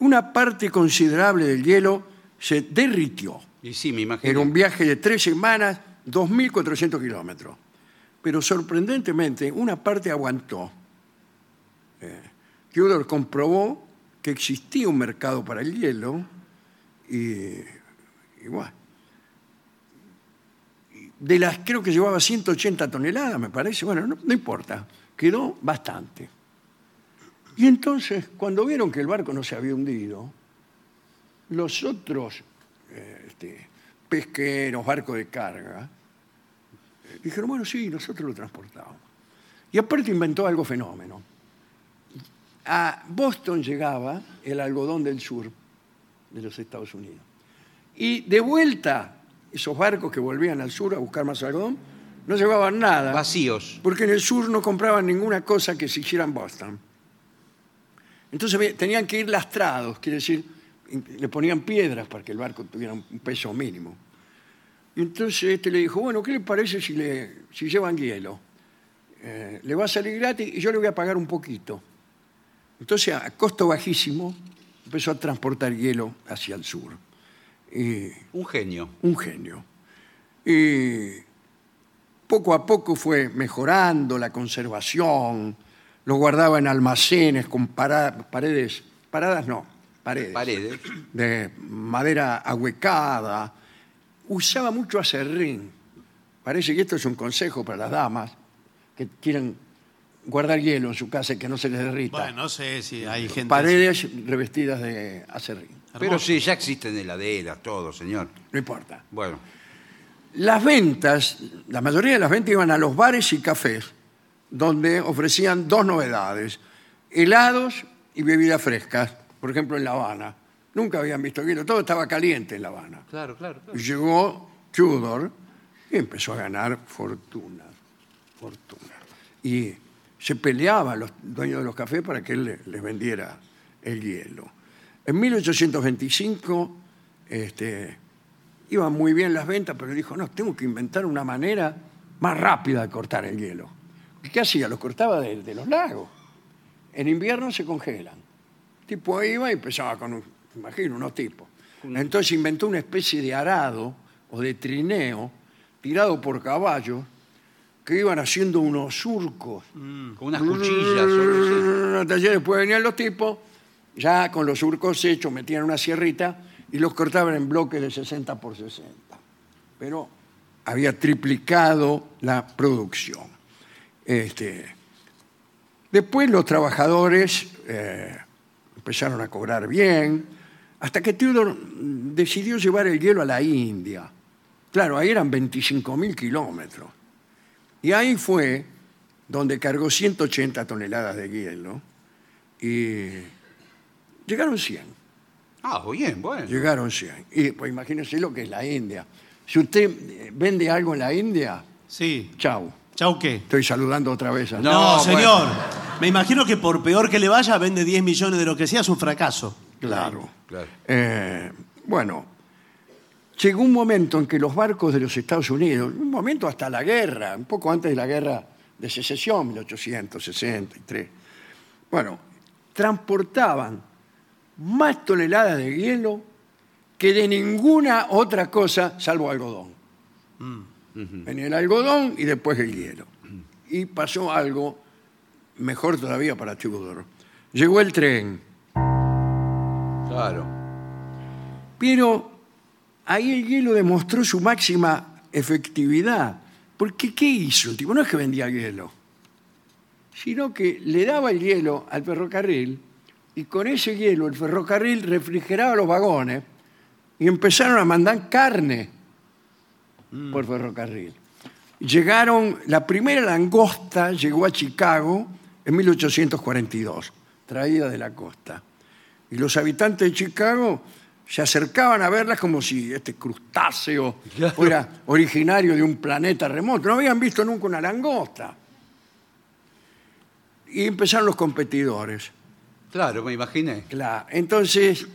[SPEAKER 2] Una parte considerable del hielo se derritió.
[SPEAKER 4] Y sí, me
[SPEAKER 2] Era
[SPEAKER 4] imagino.
[SPEAKER 2] un viaje de tres semanas, 2.400 kilómetros. Pero sorprendentemente, una parte aguantó. Eh, Tudor comprobó que existía un mercado para el hielo y, y bueno. De las, creo que llevaba 180 toneladas, me parece. Bueno, no, no importa. Quedó bastante. Y entonces, cuando vieron que el barco no se había hundido, los otros eh, este, pesqueros, barcos de carga, eh, dijeron, bueno, sí, nosotros lo transportamos. Y aparte inventó algo fenómeno. A Boston llegaba el algodón del sur de los Estados Unidos. Y de vuelta, esos barcos que volvían al sur a buscar más algodón, no llevaban nada.
[SPEAKER 4] Vacíos.
[SPEAKER 2] Porque en el sur no compraban ninguna cosa que se hiciera en Boston. Entonces ve- tenían que ir lastrados, quiere decir, in- le ponían piedras para que el barco tuviera un un peso mínimo. Y entonces este le dijo, bueno, ¿qué le parece si, le, si llevan hielo? Eh, le va a salir gratis y yo le voy a pagar un poquito. Entonces, a costo bajísimo, empezó a transportar hielo hacia el sur. Y
[SPEAKER 4] Un genio.
[SPEAKER 2] un genio. Y poco a poco fue mejorando la conservación, lo guardaba en almacenes con para- paredes, paradas no, paredes, [coughs]
[SPEAKER 4] Paredes.
[SPEAKER 2] de madera ahuecada. Usaba mucho acerrín. Parece que esto es un consejo para las damas que quieren guardar hielo en su casa y que no se les derrita.
[SPEAKER 3] Bueno, no sé si hay gente.
[SPEAKER 2] paredes revestidas de acerrín.
[SPEAKER 4] Pero sí, ya existen heladeras, todo, señor.
[SPEAKER 2] No importa.
[SPEAKER 4] Bueno,
[SPEAKER 2] las ventas, la mayoría de las ventas iban a los bares y cafés, donde ofrecían dos novedades, helados y bebidas frescas, por ejemplo en La Habana. Nunca habían visto hielo, todo estaba caliente en La Habana.
[SPEAKER 4] claro, claro.
[SPEAKER 2] Y Llegó Tudor y empezó a ganar fortuna, fortuna. Y se peleaba los dueños de los cafés para que él le- les vendiera el hielo. En 1825 este, iban muy bien las ventas, pero dijo, no, tengo que inventar una manera más rápida de cortar el hielo. ¿Y ¿Qué hacía? Los cortaba de, de los lagos. En invierno se congelan. El tipo iba y empezaba con, un, imagino, unos tipos. Entonces inventó una especie de arado o de trineo tirado por caballos que iban haciendo unos surcos.
[SPEAKER 4] Con unas cuchillas. o- sí.
[SPEAKER 2] Entonces después venían los tipos, ya con los surcos hechos, metían una sierrita y los cortaban en bloques de 60 por 60. Pero había triplicado la producción. Este, después los trabajadores eh, empezaron a cobrar bien, hasta que Theodore mm, decidió llevar el hielo a la India. Claro, ahí eran 25.000 kilómetros. Y ahí fue donde cargó 180 toneladas de hielo Y llegaron 100.
[SPEAKER 4] Ah, bien, bueno.
[SPEAKER 2] Llegaron 100. Y pues imagínense lo que es la India. Si usted eh, vende algo en la India,
[SPEAKER 3] Sí.
[SPEAKER 2] chau.
[SPEAKER 3] ¿Chau qué?
[SPEAKER 2] Estoy saludando otra vez a...
[SPEAKER 4] No,
[SPEAKER 3] No,
[SPEAKER 4] bueno.
[SPEAKER 3] señor. Me imagino que por peor que le vaya, vende 10 millones de lo que sea, es un fracaso.
[SPEAKER 2] Claro.
[SPEAKER 4] Claro.
[SPEAKER 2] Eh, bueno, llegó un momento en que los barcos de los Estados Unidos, un momento hasta la guerra, un poco antes de la guerra de secesión, 1863, bueno, transportaban más toneladas de hielo que de ninguna otra cosa salvo algodón. Venía el algodón y después el hielo. Y pasó algo mejor todavía para Chibudoro. Llegó el tren.
[SPEAKER 4] Claro.
[SPEAKER 2] Pero ahí el hielo demostró su máxima efectividad. Porque ¿qué hizo? El tipo no es que vendía hielo, sino que le daba el hielo al ferrocarril y con ese hielo el ferrocarril refrigeraba los vagones y empezaron a mandar carne por ferrocarril. Llegaron, la primera langosta llegó a Chicago en 1842, traída de la costa. Y los habitantes de Chicago se acercaban a verlas como si este crustáceo fuera originario de un planeta remoto. No habían visto nunca una langosta. Y empezaron los competidores.
[SPEAKER 4] Claro, me imaginé.
[SPEAKER 2] Claro. Entonces,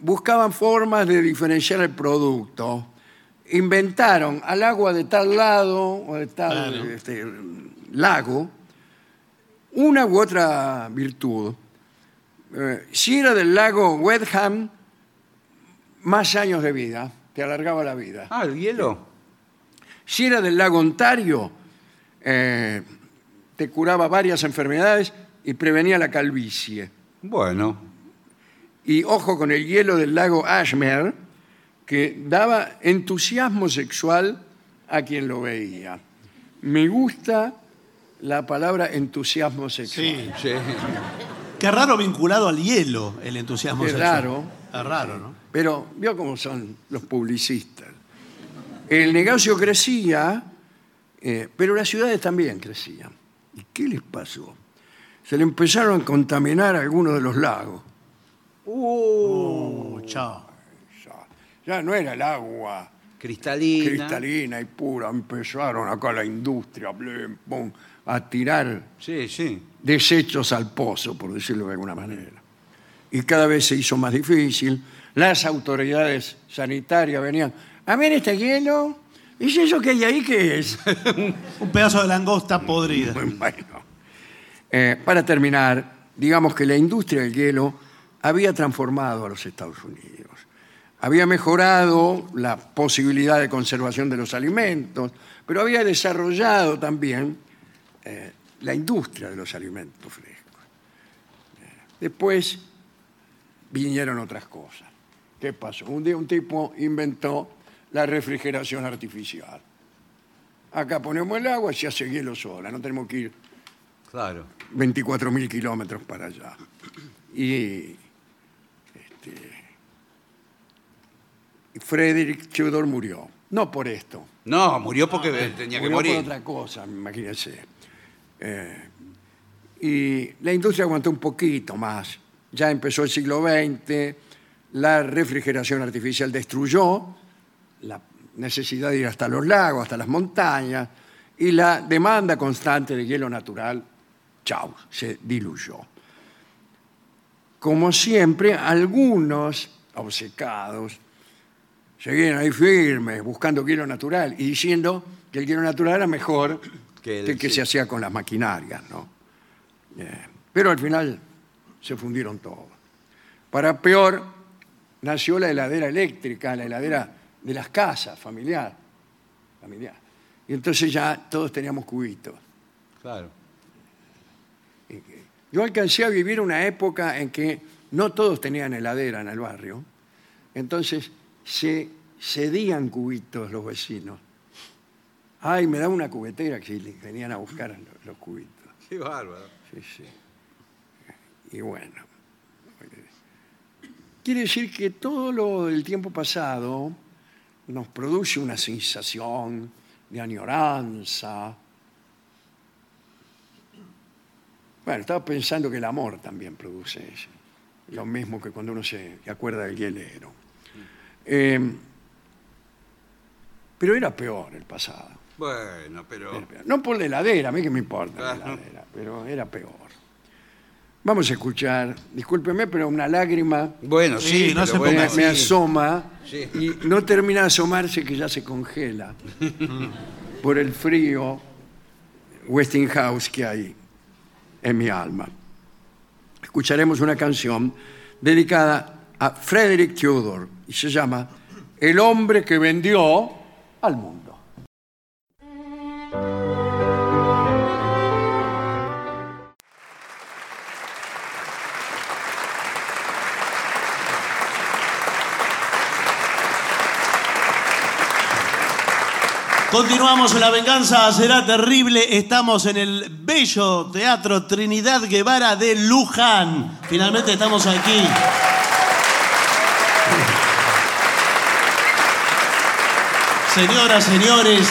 [SPEAKER 2] buscaban formas de diferenciar el producto. Inventaron al agua de tal lado o de tal este, lago una u otra virtud. Eh, si era del lago Wetham, más años de vida, te alargaba la vida.
[SPEAKER 4] Ah, el hielo.
[SPEAKER 2] Si era del lago Ontario, eh, te curaba varias enfermedades y prevenía la calvicie.
[SPEAKER 4] Bueno.
[SPEAKER 2] y ojo con el hielo del lago Ashmer, que daba entusiasmo sexual a quien lo veía. Me gusta la palabra entusiasmo sexual.
[SPEAKER 4] Sí.
[SPEAKER 3] Qué raro vinculado al hielo el entusiasmo.
[SPEAKER 2] Qué
[SPEAKER 3] sexual.
[SPEAKER 2] raro.
[SPEAKER 3] Es raro, ¿no?
[SPEAKER 2] Pero vio cómo son los publicistas. El negocio crecía, eh, pero las ciudades también crecían. ¿Y qué les pasó? Se le empezaron a contaminar algunos de los lagos.
[SPEAKER 3] Oh, chao.
[SPEAKER 2] Ya- ya no era el agua
[SPEAKER 4] Cristalina.
[SPEAKER 2] cristalina y pura. Empezaron acá la industria blem, pum, a tirar
[SPEAKER 4] Sí, sí.
[SPEAKER 2] desechos al pozo, por decirlo de alguna manera. Y cada vez se hizo más difícil. Las autoridades sanitarias venían, a ver este hielo, ¿es eso que hay ahí qué es?
[SPEAKER 3] Un pedazo de langosta
[SPEAKER 2] [laughs]
[SPEAKER 3] podrida.
[SPEAKER 2] bueno. Eh, para terminar, digamos que la industria del hielo había transformado a los Estados Unidos. Había mejorado la posibilidad de conservación de los alimentos, pero había desarrollado también eh, la industria de los alimentos frescos. Eh, Después vinieron otras cosas. ¿Qué pasó? Un día un tipo inventó la refrigeración artificial. Acá ponemos el agua y se hace hielo sola. No tenemos que ir
[SPEAKER 4] Claro.
[SPEAKER 2] 24.000 kilómetros para allá. Y este, Frederick Tudor murió. No por esto.
[SPEAKER 4] No, murió porque tenía que
[SPEAKER 2] Ah, murió
[SPEAKER 4] morir.
[SPEAKER 2] por otra cosa, imagínense. Eh, y la industria aguantó un poquito más. Ya empezó el siglo XX, la refrigeración artificial destruyó la necesidad de ir hasta los lagos, hasta las montañas, y la demanda constante de hielo natural, chau, se diluyó. Como siempre, algunos obcecados seguían ahí firmes, buscando hielo natural y diciendo que el hielo natural era mejor que
[SPEAKER 4] Que
[SPEAKER 2] el
[SPEAKER 4] el-
[SPEAKER 2] que,
[SPEAKER 4] sí.
[SPEAKER 2] se hacía con las maquinarias, ¿no? Eh, pero al final se fundieron todos. Para peor, nació la heladera eléctrica, la heladera de las casas, familiar. familiar. Y entonces ya todos teníamos cubitos.
[SPEAKER 4] Claro.
[SPEAKER 2] Yo alcancé a vivir una época en que no todos tenían heladera en el barrio. Entonces se cedían cubitos los vecinos. Ay, me da una cubetera que le- venían a buscar los- los cubitos.
[SPEAKER 4] Qué bárbaro.
[SPEAKER 2] Sí, sí. Y bueno. Quiere decir que todo lo del tiempo pasado nos produce una sensación de añoranza. Bueno, estaba pensando que el amor también produce eso. Lo mismo que cuando uno se acuerda del hielero. Eh, pero era peor el pasado.
[SPEAKER 4] Bueno, pero.
[SPEAKER 2] Era peor. No por la heladera, a mí que me importa la
[SPEAKER 4] Claro.
[SPEAKER 2] heladera, pero era peor. Vamos a escuchar, discúlpeme, pero una lágrima
[SPEAKER 4] Bueno, sí,
[SPEAKER 3] Sí, no
[SPEAKER 4] pero
[SPEAKER 3] se
[SPEAKER 4] bueno,
[SPEAKER 2] me,
[SPEAKER 3] ponga
[SPEAKER 4] sí.
[SPEAKER 2] me asoma
[SPEAKER 4] Sí.
[SPEAKER 2] y no termina de asomarse que ya se
[SPEAKER 4] [laughs]
[SPEAKER 2] congela por el frío Westinghouse que hay en mi alma. Escucharemos una canción dedicada a Frederick Tudor y se llama El hombre que vendió al mundo.
[SPEAKER 3] Continuamos en La Venganza Será Terrible. Estamos en el bello Teatro Trinidad Guevara de Luján. Finalmente estamos aquí. Señoras, señores,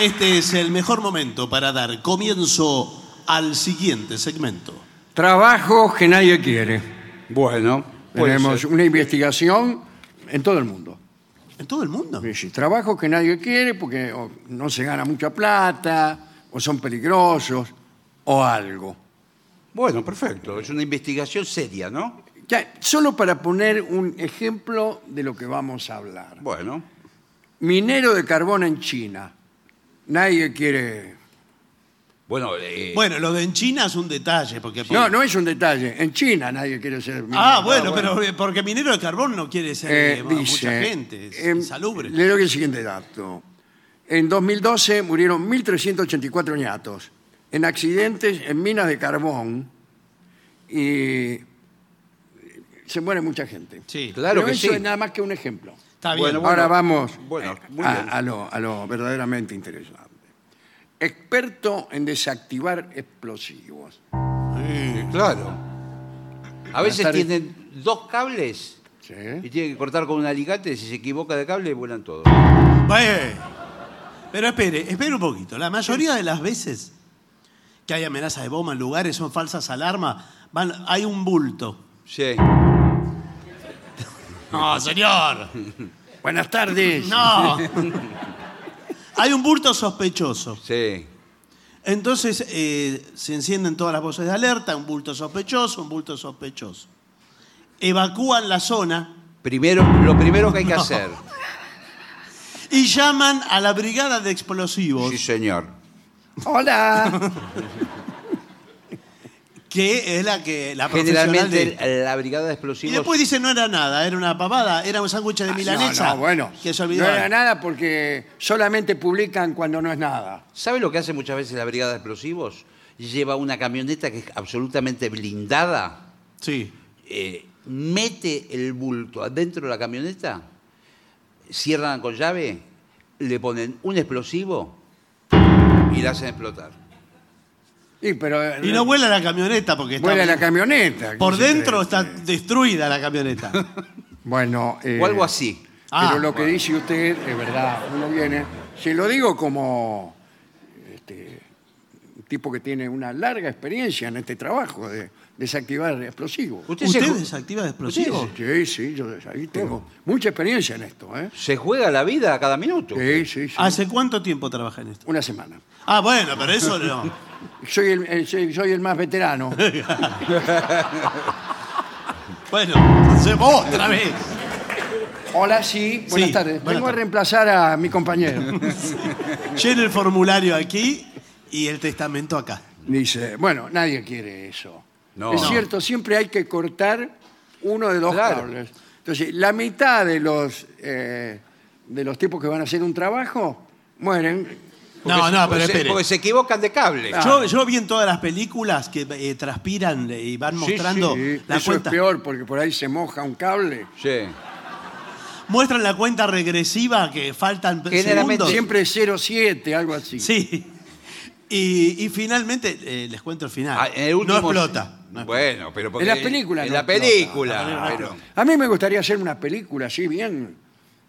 [SPEAKER 3] este es el mejor momento para dar comienzo al siguiente segmento.
[SPEAKER 2] Trabajo que nadie quiere.
[SPEAKER 4] Bueno, puede
[SPEAKER 2] Tenemos
[SPEAKER 4] ser.
[SPEAKER 2] una investigación en todo el mundo.
[SPEAKER 3] ¿En todo el mundo?
[SPEAKER 2] Sí, sí, trabajos que nadie quiere porque o no se gana mucha plata, o son peligrosos, o algo.
[SPEAKER 4] Bueno, perfecto. Es una investigación seria, ¿no?
[SPEAKER 2] Ya, solo para poner un ejemplo de lo que vamos a hablar.
[SPEAKER 4] Bueno.
[SPEAKER 2] Minero de carbón en China. Nadie quiere...
[SPEAKER 4] Bueno, eh,
[SPEAKER 3] Bueno, lo de en China es un detalle. Porque
[SPEAKER 2] No, no es un detalle. En China nadie quiere ser minero.
[SPEAKER 3] Ah, bueno, pero eh, porque minero de carbón no quiere ser
[SPEAKER 2] Eh,
[SPEAKER 3] eh, bueno,
[SPEAKER 2] dice,
[SPEAKER 3] mucha gente, es
[SPEAKER 2] em,
[SPEAKER 3] insalubre.
[SPEAKER 2] Le doy el siguiente dato. En 2012 murieron 1.384 ñatos en accidentes en minas de carbón y se muere mucha gente.
[SPEAKER 3] Sí,
[SPEAKER 4] claro
[SPEAKER 2] Pero
[SPEAKER 4] que
[SPEAKER 2] eso
[SPEAKER 4] sí.
[SPEAKER 2] es nada más que un ejemplo.
[SPEAKER 3] está bien.
[SPEAKER 4] bueno, bueno.
[SPEAKER 2] Ahora vamos
[SPEAKER 4] Bueno,
[SPEAKER 2] eh,
[SPEAKER 4] muy bien.
[SPEAKER 2] a, a lo, a lo verdaderamente interesante. Experto en desactivar explosivos.
[SPEAKER 4] sí, claro. A veces
[SPEAKER 2] tardes.
[SPEAKER 4] tienen dos cables
[SPEAKER 2] ¿sí?
[SPEAKER 3] ¿Eh?
[SPEAKER 4] y tienen que cortar con un alicate. Si se equivoca de cable, vuelan todos.
[SPEAKER 3] Bueno. Pero espere, espere un poquito. La mayoría de las veces que hay amenaza de bomba en lugares, son falsas alarmas, van, hay un bulto.
[SPEAKER 4] Sí.
[SPEAKER 3] No, [laughs] señor.
[SPEAKER 2] Buenas tardes.
[SPEAKER 3] No. Hay un bulto sospechoso.
[SPEAKER 4] Sí.
[SPEAKER 3] Entonces eh, se encienden todas las voces de alerta, un bulto sospechoso, un bulto sospechoso. Evacúan la zona,
[SPEAKER 4] Primero, lo primero que hay que hacer.
[SPEAKER 3] y llaman a la brigada de explosivos
[SPEAKER 4] Sí, señor.
[SPEAKER 2] Hola.
[SPEAKER 3] que es la que la profesional de-
[SPEAKER 4] Generalmente la brigada de
[SPEAKER 3] y
[SPEAKER 4] explosivos.
[SPEAKER 3] después dice no era nada era una papada era un sándwich de milanesa
[SPEAKER 2] Ah, No, no, bueno.
[SPEAKER 3] que se
[SPEAKER 2] no
[SPEAKER 3] olvidó
[SPEAKER 2] era nada porque solamente publican cuando no es nada.
[SPEAKER 4] ¿Sabe lo que hace muchas veces la brigada de explosivos? Lleva una camioneta que es absolutamente blindada.
[SPEAKER 3] sí
[SPEAKER 4] eh, mete el bulto adentro de la camioneta, cierran con llave, le ponen un explosivo y la hacen explotar.
[SPEAKER 2] Sí, pero
[SPEAKER 3] y no vuela la camioneta porque está
[SPEAKER 2] vuela la camioneta.
[SPEAKER 3] por
[SPEAKER 2] ¿qué se
[SPEAKER 3] dentro
[SPEAKER 2] cree?
[SPEAKER 3] está destruida
[SPEAKER 2] [laughs]
[SPEAKER 3] la camioneta
[SPEAKER 2] Bueno, eh,
[SPEAKER 4] O algo así.
[SPEAKER 3] Ah,
[SPEAKER 2] pero lo que dice usted es verdad, uno viene. Se lo digo como este, un tipo que tiene una larga experiencia en este trabajo de desactivar explosivos.
[SPEAKER 4] Usted,
[SPEAKER 3] usted
[SPEAKER 4] se, ju-
[SPEAKER 3] desactiva de explosivos Oh.
[SPEAKER 2] Sí, sí, yo ahí tengo mucha experiencia en esto. ¿eh?
[SPEAKER 4] se juega la vida a cada minuto.
[SPEAKER 2] Sí, sí, sí.
[SPEAKER 3] hace cuánto tiempo trabaja en esto
[SPEAKER 2] Una semana.
[SPEAKER 3] ah bueno pero eso no
[SPEAKER 2] [laughs] Soy el- el- soy- soy el más
[SPEAKER 3] [laughs]
[SPEAKER 2] veterano.
[SPEAKER 3] bueno se- otra vez
[SPEAKER 2] Hola, sí, buenas
[SPEAKER 3] Sí,
[SPEAKER 2] tardes.
[SPEAKER 3] buenas
[SPEAKER 2] Vengo a
[SPEAKER 3] tardes.
[SPEAKER 2] reemplazar a mi compañero.
[SPEAKER 3] [laughs] llena el formulario aquí y el testamento acá
[SPEAKER 2] Dice, bueno, nadie quiere eso.
[SPEAKER 4] No.
[SPEAKER 2] Es
[SPEAKER 4] No.
[SPEAKER 2] cierto, siempre hay que cortar uno de los
[SPEAKER 4] Claro.
[SPEAKER 2] cables. Entonces, la mitad de los, eh, de los tipos que van a hacer un trabajo mueren.
[SPEAKER 3] no
[SPEAKER 4] se-
[SPEAKER 3] no pero
[SPEAKER 4] se-
[SPEAKER 3] espere
[SPEAKER 4] Porque se equivocan de cable.
[SPEAKER 3] Yo, yo vi en todas las películas que eh, transpiran y van
[SPEAKER 4] Sí,
[SPEAKER 3] mostrando
[SPEAKER 2] Sí,
[SPEAKER 3] la
[SPEAKER 2] eso
[SPEAKER 3] cuenta.
[SPEAKER 2] es peor porque por ahí se moja un cable.
[SPEAKER 4] Sí.
[SPEAKER 3] Muestran la cuenta regresiva que faltan
[SPEAKER 4] Generalmente
[SPEAKER 3] segundos.
[SPEAKER 2] Siempre 0,7, algo así.
[SPEAKER 3] Sí. Y, y finalmente, eh, les cuento el final.
[SPEAKER 4] Ah, en el último-
[SPEAKER 3] No explota. No explota.
[SPEAKER 4] Bueno, pero porque.
[SPEAKER 2] En la película
[SPEAKER 4] En
[SPEAKER 2] no
[SPEAKER 4] la
[SPEAKER 2] explota. Ah,
[SPEAKER 4] película. pero-
[SPEAKER 2] A mí me gustaría hacer una película así, bien,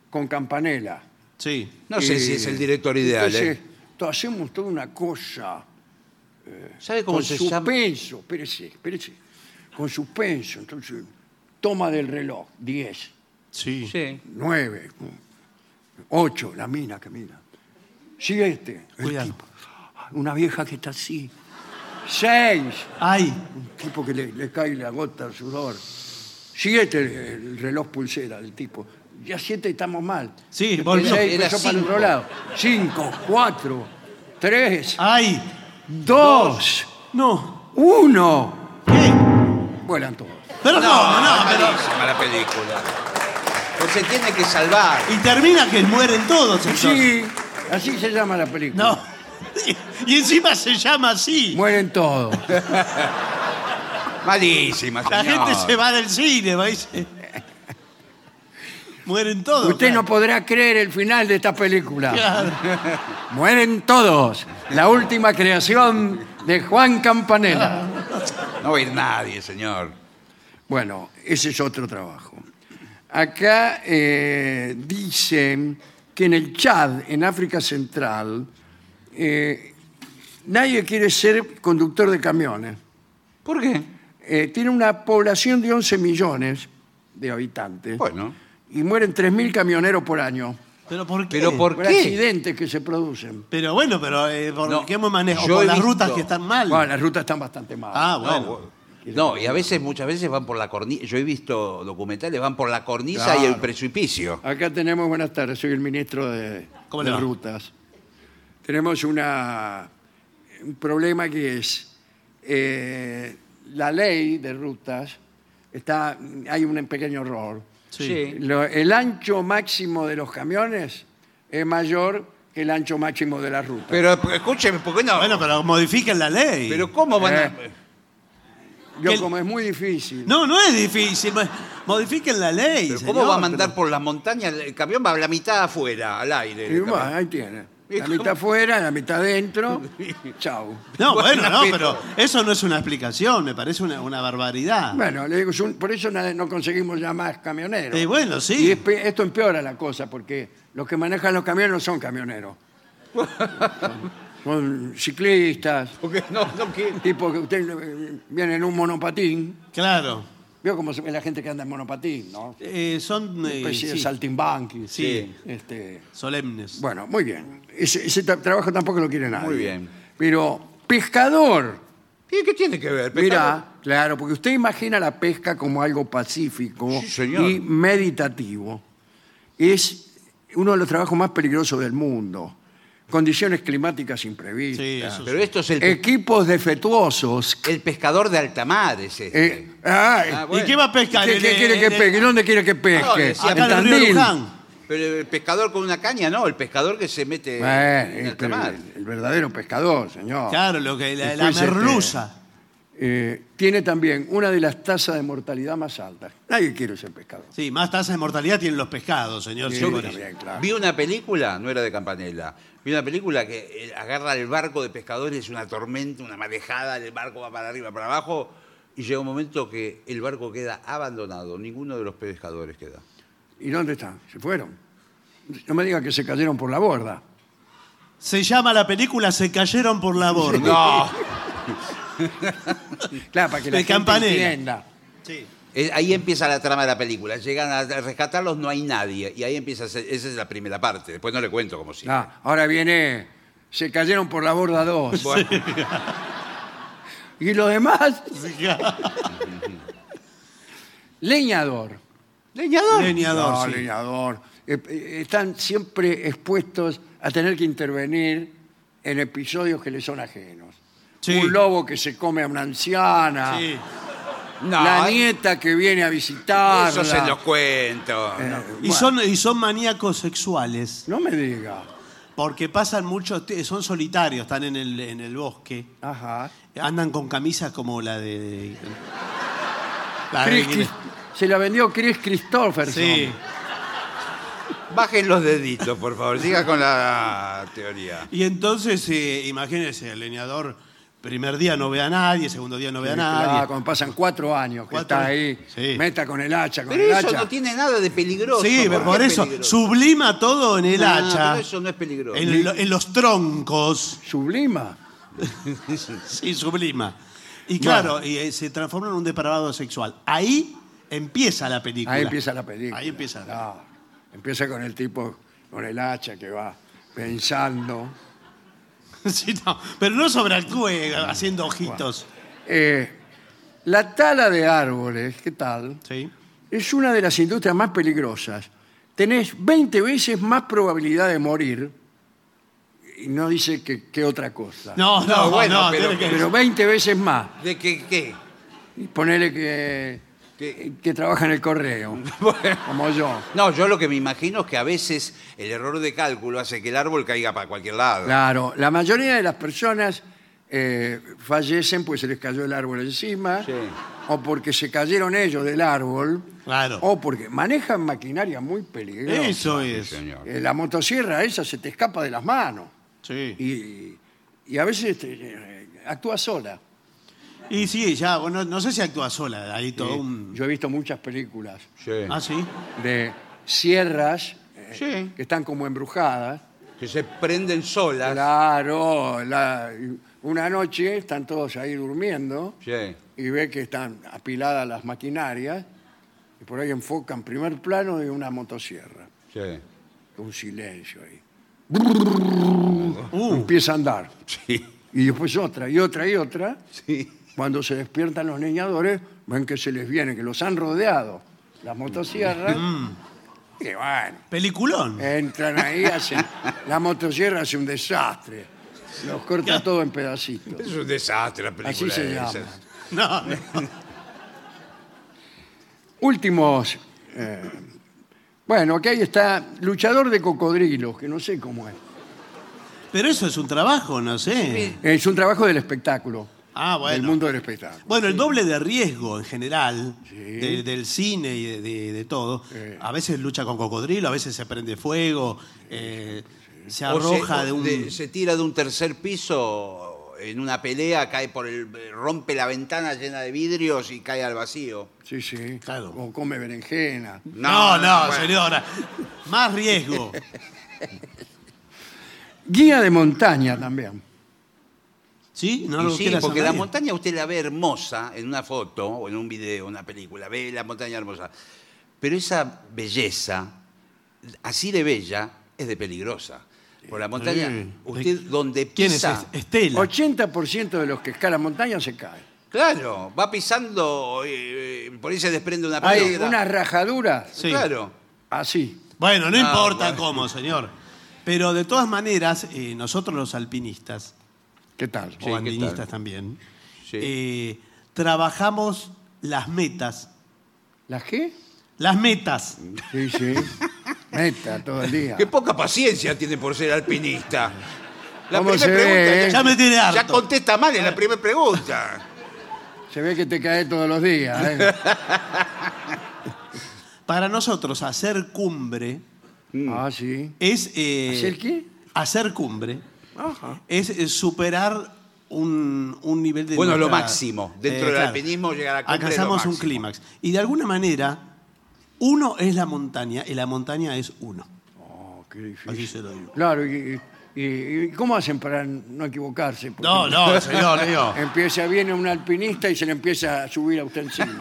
[SPEAKER 2] con campanela.
[SPEAKER 3] Sí.
[SPEAKER 4] no sé si es el director ideal.
[SPEAKER 2] Eh, Entonces,
[SPEAKER 4] ¿eh?
[SPEAKER 2] to- hacemos toda una cosa eh,
[SPEAKER 4] ¿Sabe cómo
[SPEAKER 2] con
[SPEAKER 4] se llama?
[SPEAKER 2] suspenso, espérese, espérese. Con suspenso, entonces, toma del reloj, 10,
[SPEAKER 3] Sí.
[SPEAKER 4] Sí.
[SPEAKER 2] 9, 8, la mina que mira. Sigue este, el
[SPEAKER 3] Cuidado.
[SPEAKER 2] tipo. Ah, Una vieja que está así. 6,
[SPEAKER 3] Ay,
[SPEAKER 2] un tipo que le, le cae la gota de sudor. Sigue este, el, el reloj pulsera del tipo. Ya siete estamos mal.
[SPEAKER 3] Sí,
[SPEAKER 2] Este,
[SPEAKER 3] volvió.
[SPEAKER 2] seis,
[SPEAKER 4] Era
[SPEAKER 2] empezó para el
[SPEAKER 4] cinco.
[SPEAKER 2] otro lado. Cinco, cuatro, tres,
[SPEAKER 3] ay.
[SPEAKER 2] dos,
[SPEAKER 3] No.
[SPEAKER 2] uno.
[SPEAKER 3] ¿Qué?
[SPEAKER 2] Vuelan todos.
[SPEAKER 3] Pero no, no, pero.
[SPEAKER 4] malísima la película. Pues se tiene que salvar.
[SPEAKER 3] Y termina que mueren todos. entonces.
[SPEAKER 2] Sí, así se llama la película.
[SPEAKER 3] No. Y encima se llama así.
[SPEAKER 2] Mueren
[SPEAKER 3] [laughs]
[SPEAKER 2] todos.
[SPEAKER 4] Malísima,
[SPEAKER 3] La
[SPEAKER 4] señor.
[SPEAKER 3] gente se va del cine, va y se- Mueren todos.
[SPEAKER 2] Usted no
[SPEAKER 3] claro.
[SPEAKER 2] podrá creer el final de esta película.
[SPEAKER 3] Claro.
[SPEAKER 2] Mueren todos. La última creación de Juan Campanella.
[SPEAKER 4] No va a ir nadie, señor.
[SPEAKER 2] Bueno, ese es otro trabajo. Acá eh, dicen que en el Chad, en África Central, eh, nadie quiere ser conductor de camiones.
[SPEAKER 4] ¿Por qué?
[SPEAKER 2] Eh, tiene una población de 11 millones de habitantes.
[SPEAKER 4] Bueno.
[SPEAKER 2] y mueren 3.000 camioneros por año
[SPEAKER 3] Pero ¿por qué?
[SPEAKER 4] Pero por-
[SPEAKER 2] por
[SPEAKER 4] qué?
[SPEAKER 2] accidentes que se producen.
[SPEAKER 3] Pero bueno, pero eh, ¿por
[SPEAKER 4] No,
[SPEAKER 3] qué hemos manejado?
[SPEAKER 4] yo
[SPEAKER 3] Por
[SPEAKER 4] he
[SPEAKER 3] las
[SPEAKER 4] visto-
[SPEAKER 3] rutas que están mal.
[SPEAKER 2] Bueno, las rutas están bastante mal.
[SPEAKER 3] Ah,
[SPEAKER 4] No,
[SPEAKER 3] bueno.
[SPEAKER 4] no, y a veces, muchas veces van por la cornisa. Yo he visto documentales, van por la cornisa y el precipicio.
[SPEAKER 2] Acá tenemos, buenas tardes, soy el ministro de,
[SPEAKER 3] ¿Cómo
[SPEAKER 2] de
[SPEAKER 3] le va?
[SPEAKER 2] Rutas. Tenemos una, un problema que es eh, la ley de rutas, está, hay un pequeño error.
[SPEAKER 3] Sí.
[SPEAKER 2] Lo- el ancho máximo de los camiones es mayor que el ancho máximo de la ruta.
[SPEAKER 4] Pero pues, escúcheme, ¿por qué no?
[SPEAKER 3] Bueno, pero modifiquen la ley.
[SPEAKER 4] pero ¿cómo van a.?
[SPEAKER 2] Eh. Yo,
[SPEAKER 3] el-
[SPEAKER 2] como es muy difícil.
[SPEAKER 3] No, no es difícil. mo- Modifiquen la ley.
[SPEAKER 4] pero ¿Cómo
[SPEAKER 3] señor,
[SPEAKER 4] va a mandar
[SPEAKER 3] pero-
[SPEAKER 4] por las montañas? El camión va a la mitad afuera, al aire.
[SPEAKER 2] Y
[SPEAKER 4] el
[SPEAKER 2] bueno,
[SPEAKER 3] eh.
[SPEAKER 4] camión.
[SPEAKER 2] ahí tiene.
[SPEAKER 4] ¿Y
[SPEAKER 2] La
[SPEAKER 4] cómo?
[SPEAKER 2] mitad afuera, la mitad
[SPEAKER 3] [laughs]
[SPEAKER 2] dentro. Chau.
[SPEAKER 3] No, bueno,
[SPEAKER 4] Bueno,
[SPEAKER 3] no, pero
[SPEAKER 4] pero-
[SPEAKER 3] eso no es una explicación, me parece una, una barbaridad.
[SPEAKER 2] Bueno, le digo, es un- por eso na- no conseguimos ya más camioneros.
[SPEAKER 3] Eh, bueno,
[SPEAKER 2] Y
[SPEAKER 3] sí.
[SPEAKER 2] es pe- esto empeora la cosa, porque los que manejan los camiones no son
[SPEAKER 3] [laughs]
[SPEAKER 2] camioneros. Son- Son ciclistas,
[SPEAKER 4] Porque no, no quiere.
[SPEAKER 2] tipo que usted eh, viene en un monopatín.
[SPEAKER 3] Claro.
[SPEAKER 2] Vio cómo se ve la gente que anda en monopatín, ¿no?
[SPEAKER 3] Eh, son eh,
[SPEAKER 2] Especie de
[SPEAKER 3] sí,
[SPEAKER 2] saltimbanqui.
[SPEAKER 3] Sí.
[SPEAKER 2] Este,
[SPEAKER 3] solemnes.
[SPEAKER 2] Bueno, muy bien. Ese, ese tra- trabajo tampoco lo quiere nadie.
[SPEAKER 4] Muy bien.
[SPEAKER 2] Pero pescador,
[SPEAKER 4] ¿Y ¿Qué tiene que ver? Pescado.
[SPEAKER 2] mira, claro, porque usted imagina la pesca como algo pacífico
[SPEAKER 4] Sí, señor.
[SPEAKER 2] y meditativo. Es uno de los trabajos más peligrosos del mundo. Condiciones climáticas imprevistas.
[SPEAKER 3] Sí, eso
[SPEAKER 4] Pero
[SPEAKER 3] sí. Eh.
[SPEAKER 4] esto es el, pe-
[SPEAKER 2] Equipos defectuosos.
[SPEAKER 4] el pescador de alta mar, es este.
[SPEAKER 2] Eh, ah,
[SPEAKER 4] Ah,
[SPEAKER 3] ¿Y qué va a pescar?
[SPEAKER 2] ¿Qué,
[SPEAKER 3] En
[SPEAKER 2] qué
[SPEAKER 3] el-
[SPEAKER 2] quiere
[SPEAKER 3] en
[SPEAKER 2] que
[SPEAKER 3] el-
[SPEAKER 2] pesque? ¿Dónde quiere que pesque?
[SPEAKER 4] decía,
[SPEAKER 3] Acá en el
[SPEAKER 2] ¿En
[SPEAKER 3] río
[SPEAKER 2] Tandil?
[SPEAKER 3] Luján.
[SPEAKER 4] Pero el pescador con una caña, no, el pescador que se mete
[SPEAKER 2] Bueno,
[SPEAKER 4] en
[SPEAKER 2] eh,
[SPEAKER 4] alta
[SPEAKER 2] pero
[SPEAKER 4] mar.
[SPEAKER 2] el, el verdadero pescador, señor.
[SPEAKER 3] Claro, lo que, la, la
[SPEAKER 2] Después, este,
[SPEAKER 3] merluza.
[SPEAKER 2] Eh, tiene también una de las tasas de mortalidad más altas. Nadie quiere ser pescador.
[SPEAKER 3] Sí, más tasas de mortalidad tienen los pescados, señor.
[SPEAKER 2] Sí,
[SPEAKER 3] sí, por
[SPEAKER 2] está
[SPEAKER 3] eso.
[SPEAKER 2] bien, claro.
[SPEAKER 4] Vi una película, no era de Campanella, vi una película que eh, agarra el barco de pescadores, una tormenta, una marejada, el barco va para arriba, para abajo, y llega un momento que el barco queda abandonado, ninguno de los pescadores queda.
[SPEAKER 2] ¿Y dónde están? Se fueron. No me digan que se cayeron por la borda.
[SPEAKER 3] Se llama la película Se cayeron por la borda.
[SPEAKER 4] No,
[SPEAKER 2] Claro, para que
[SPEAKER 3] [laughs] De
[SPEAKER 2] la gente
[SPEAKER 3] campanela.
[SPEAKER 2] entienda.
[SPEAKER 3] Sí.
[SPEAKER 4] Eh, ahí empieza la trama de la película, llegan a rescatarlos, no hay nadie, y ahí empieza, a ser- esa es la primera parte, después no le cuento cómo sigue.
[SPEAKER 2] Ah, ahora viene, se cayeron por la borda dos.
[SPEAKER 4] Bueno,
[SPEAKER 2] Y los demás,
[SPEAKER 4] Ah.
[SPEAKER 3] Claro.
[SPEAKER 2] leñador.
[SPEAKER 4] ¿Leñador?
[SPEAKER 3] Leñador,
[SPEAKER 2] No,
[SPEAKER 3] sí.
[SPEAKER 2] leñador. Eh, eh, están siempre expuestos a tener que intervenir en episodios que les son ajenos.
[SPEAKER 3] Sí.
[SPEAKER 2] Un lobo que se come a una anciana.
[SPEAKER 3] Sí. eh.
[SPEAKER 4] No,
[SPEAKER 2] la nieta que viene a visitarla.
[SPEAKER 4] eso se los cuento.
[SPEAKER 2] Eh,
[SPEAKER 4] No.
[SPEAKER 3] Y
[SPEAKER 2] bueno,
[SPEAKER 3] son, y son maníacos sexuales.
[SPEAKER 2] No me diga.
[SPEAKER 3] Porque pasan mucho, te- son solitarios, están en el, en el bosque,
[SPEAKER 2] Ajá.
[SPEAKER 3] andan con camisas como la de... la de-
[SPEAKER 2] Chris Chris- se la vendió Chris Christopherson.
[SPEAKER 3] sí.
[SPEAKER 4] Bajen los deditos, por favor, siga con la teoría.
[SPEAKER 3] Y entonces, eh, imagínense, el leñador, primer día no ve a nadie, segundo día no ve a
[SPEAKER 2] Claro,
[SPEAKER 3] nadie.
[SPEAKER 2] cuando pasan cuatro años que
[SPEAKER 3] Cuatro
[SPEAKER 2] está ahí,
[SPEAKER 3] años. Sí.
[SPEAKER 2] meta con el hacha, con
[SPEAKER 4] Pero
[SPEAKER 2] el
[SPEAKER 4] eso
[SPEAKER 2] hacha.
[SPEAKER 4] no tiene nada de peligroso.
[SPEAKER 3] Sí,
[SPEAKER 4] ¿por
[SPEAKER 3] por,
[SPEAKER 4] qué
[SPEAKER 3] eso
[SPEAKER 4] peligroso?
[SPEAKER 3] sublima todo en el
[SPEAKER 4] No,
[SPEAKER 3] hacha,
[SPEAKER 4] pero eso no es peligroso.
[SPEAKER 3] en, lo- en los troncos.
[SPEAKER 2] Sublima.
[SPEAKER 3] Sí, sublima. Y claro, y, eh, se transforma en un depravado sexual. Ahí empieza la película.
[SPEAKER 2] Ahí empieza la película.
[SPEAKER 3] Ahí empieza la
[SPEAKER 2] Claro. Empieza con el tipo, con el hacha que va pensando.
[SPEAKER 3] [laughs] Sí, no, pero no sobreactúe eh, haciendo ojitos.
[SPEAKER 2] Eh, la tala de árboles, ¿qué tal?
[SPEAKER 3] Sí.
[SPEAKER 2] Es una de las industrias más peligrosas. Tenés 20 veces más probabilidad de morir. Y no dice que, que otra cosa.
[SPEAKER 3] No, no,
[SPEAKER 4] No, bueno,
[SPEAKER 3] no,
[SPEAKER 4] pero-
[SPEAKER 3] tiene que-
[SPEAKER 2] Pero 20 veces más.
[SPEAKER 4] ¿De qué? qué?
[SPEAKER 2] Y ponele que, que, trabaja en el correo, como yo.
[SPEAKER 4] No, yo lo que me imagino es que a veces el error de cálculo hace que el árbol caiga para cualquier lado.
[SPEAKER 2] Claro, la mayoría de las personas eh, fallecen pues se les cayó el árbol encima,
[SPEAKER 4] Sí.
[SPEAKER 2] o porque se cayeron ellos del árbol,
[SPEAKER 3] Claro.
[SPEAKER 2] o porque manejan maquinaria muy peligrosa.
[SPEAKER 3] Eso es.
[SPEAKER 4] Señor.
[SPEAKER 2] Eh, la motosierra esa se te escapa de las manos
[SPEAKER 3] Sí.
[SPEAKER 2] y, y a veces te- eh, actúa sola.
[SPEAKER 3] Y sí, ya, bueno, no sé si actúa sola, ahí todo un...
[SPEAKER 2] Eh, Yo he visto muchas películas
[SPEAKER 5] Sí.
[SPEAKER 3] Ah, sí.
[SPEAKER 2] de sierras eh,
[SPEAKER 5] Sí.
[SPEAKER 2] que están como embrujadas.
[SPEAKER 4] Que se prenden solas.
[SPEAKER 2] Claro, la- una noche están todos ahí durmiendo
[SPEAKER 5] Sí.
[SPEAKER 2] y ve que están apiladas las maquinarias y por ahí enfocan primer plano de una motosierra.
[SPEAKER 5] Sí.
[SPEAKER 2] Un silencio ahí.
[SPEAKER 3] Uh,
[SPEAKER 2] Empieza a andar.
[SPEAKER 5] Sí.
[SPEAKER 2] Y después otra, y otra, y otra. Cuando se despiertan los leñadores, ven que se les viene, que los han rodeado las motosierras. y bueno, Eh.
[SPEAKER 3] peliculón.
[SPEAKER 2] entran ahí, hacen, la motosierra hace un desastre. Los corta todo en pedacitos.
[SPEAKER 5] Es un desastre la película.
[SPEAKER 2] Así se
[SPEAKER 5] esa.
[SPEAKER 2] llama.
[SPEAKER 3] [laughs] No, no.
[SPEAKER 2] Últimos. eh, bueno, aquí ahí está luchador de cocodrilos, que no sé cómo es.
[SPEAKER 3] Pero eso es un trabajo, no sé.
[SPEAKER 2] Es un trabajo del espectáculo.
[SPEAKER 3] Ah,
[SPEAKER 2] Del
[SPEAKER 3] bueno.
[SPEAKER 2] mundo del espectáculo.
[SPEAKER 3] Bueno, el doble de riesgo en general,
[SPEAKER 2] Sí.
[SPEAKER 3] de- del cine y de, de- de todo.
[SPEAKER 2] Eh.
[SPEAKER 3] A veces lucha con cocodrilo, a veces se prende fuego, eh, se
[SPEAKER 4] O se-
[SPEAKER 3] arroja
[SPEAKER 4] o
[SPEAKER 3] de un...
[SPEAKER 4] de- se tira de un tercer piso en una pelea, cae por el. rompe la ventana llena de vidrios y cae al vacío.
[SPEAKER 2] Sí, sí.
[SPEAKER 3] Claro.
[SPEAKER 2] O come berenjena.
[SPEAKER 3] No, no,
[SPEAKER 4] bueno.
[SPEAKER 3] señora. Más riesgo.
[SPEAKER 2] Guía de montaña también.
[SPEAKER 3] ¿Sí? No
[SPEAKER 4] Y
[SPEAKER 3] lo
[SPEAKER 4] sí,
[SPEAKER 3] quiera
[SPEAKER 4] porque la
[SPEAKER 3] Samaria.
[SPEAKER 4] montaña usted la ve hermosa en una foto o en un video, una película, ve la montaña hermosa. Pero esa belleza, así de bella, es de peligrosa. Por la montaña,
[SPEAKER 3] Sí.
[SPEAKER 4] usted donde
[SPEAKER 3] ¿Quién es? este?
[SPEAKER 4] pisa,
[SPEAKER 3] Es- Estela.
[SPEAKER 2] 80% de los que escalan montaña se caen.
[SPEAKER 4] claro, va pisando, eh, eh, por ahí se desprende una
[SPEAKER 2] Hay
[SPEAKER 4] piedra.
[SPEAKER 2] unas rajaduras
[SPEAKER 3] Sí.
[SPEAKER 4] Claro.
[SPEAKER 2] así.
[SPEAKER 3] Bueno, no
[SPEAKER 4] Ah,
[SPEAKER 3] importa
[SPEAKER 4] bueno.
[SPEAKER 3] cómo, señor. Pero de todas maneras, eh, nosotros los alpinistas,
[SPEAKER 2] ¿Qué tal?
[SPEAKER 3] o andinistas también,
[SPEAKER 4] Sí.
[SPEAKER 3] eh, trabajamos las metas.
[SPEAKER 2] ¿La G?
[SPEAKER 3] Las metas.
[SPEAKER 2] Sí,
[SPEAKER 3] [laughs]
[SPEAKER 2] sí. Meta todo el día.
[SPEAKER 4] Qué poca paciencia tiene por ser alpinista. La
[SPEAKER 2] ¿Cómo
[SPEAKER 4] primera
[SPEAKER 2] se ve,
[SPEAKER 4] pregunta
[SPEAKER 2] eh?
[SPEAKER 3] Ya me tiene
[SPEAKER 4] ya
[SPEAKER 3] harto.
[SPEAKER 4] contesta mal en la primera pregunta.
[SPEAKER 2] Se ve que te caes todos los días. ¿eh?
[SPEAKER 3] [laughs] Para nosotros, hacer cumbre
[SPEAKER 2] Ah, sí.
[SPEAKER 3] es... eh,
[SPEAKER 2] ¿Hacer qué?
[SPEAKER 3] Hacer cumbre es eh, superar un, un nivel de...
[SPEAKER 4] Bueno, lo
[SPEAKER 3] nuestra- Eh,
[SPEAKER 4] máximo. Dentro del alpinismo, llegar a cumbre es lo
[SPEAKER 3] Alcanzamos un
[SPEAKER 4] máximo.
[SPEAKER 3] clímax. Y de alguna manera, uno es la montaña y la montaña es uno.
[SPEAKER 2] Oh, qué difícil.
[SPEAKER 3] Así se lo digo.
[SPEAKER 2] Claro, y, y- y ¿cómo hacen para no equivocarse? Porque
[SPEAKER 3] No, [laughs] no, señor, digo.
[SPEAKER 2] Empieza, viene un alpinista y se le empieza a subir a usted
[SPEAKER 3] [laughs]
[SPEAKER 2] encima.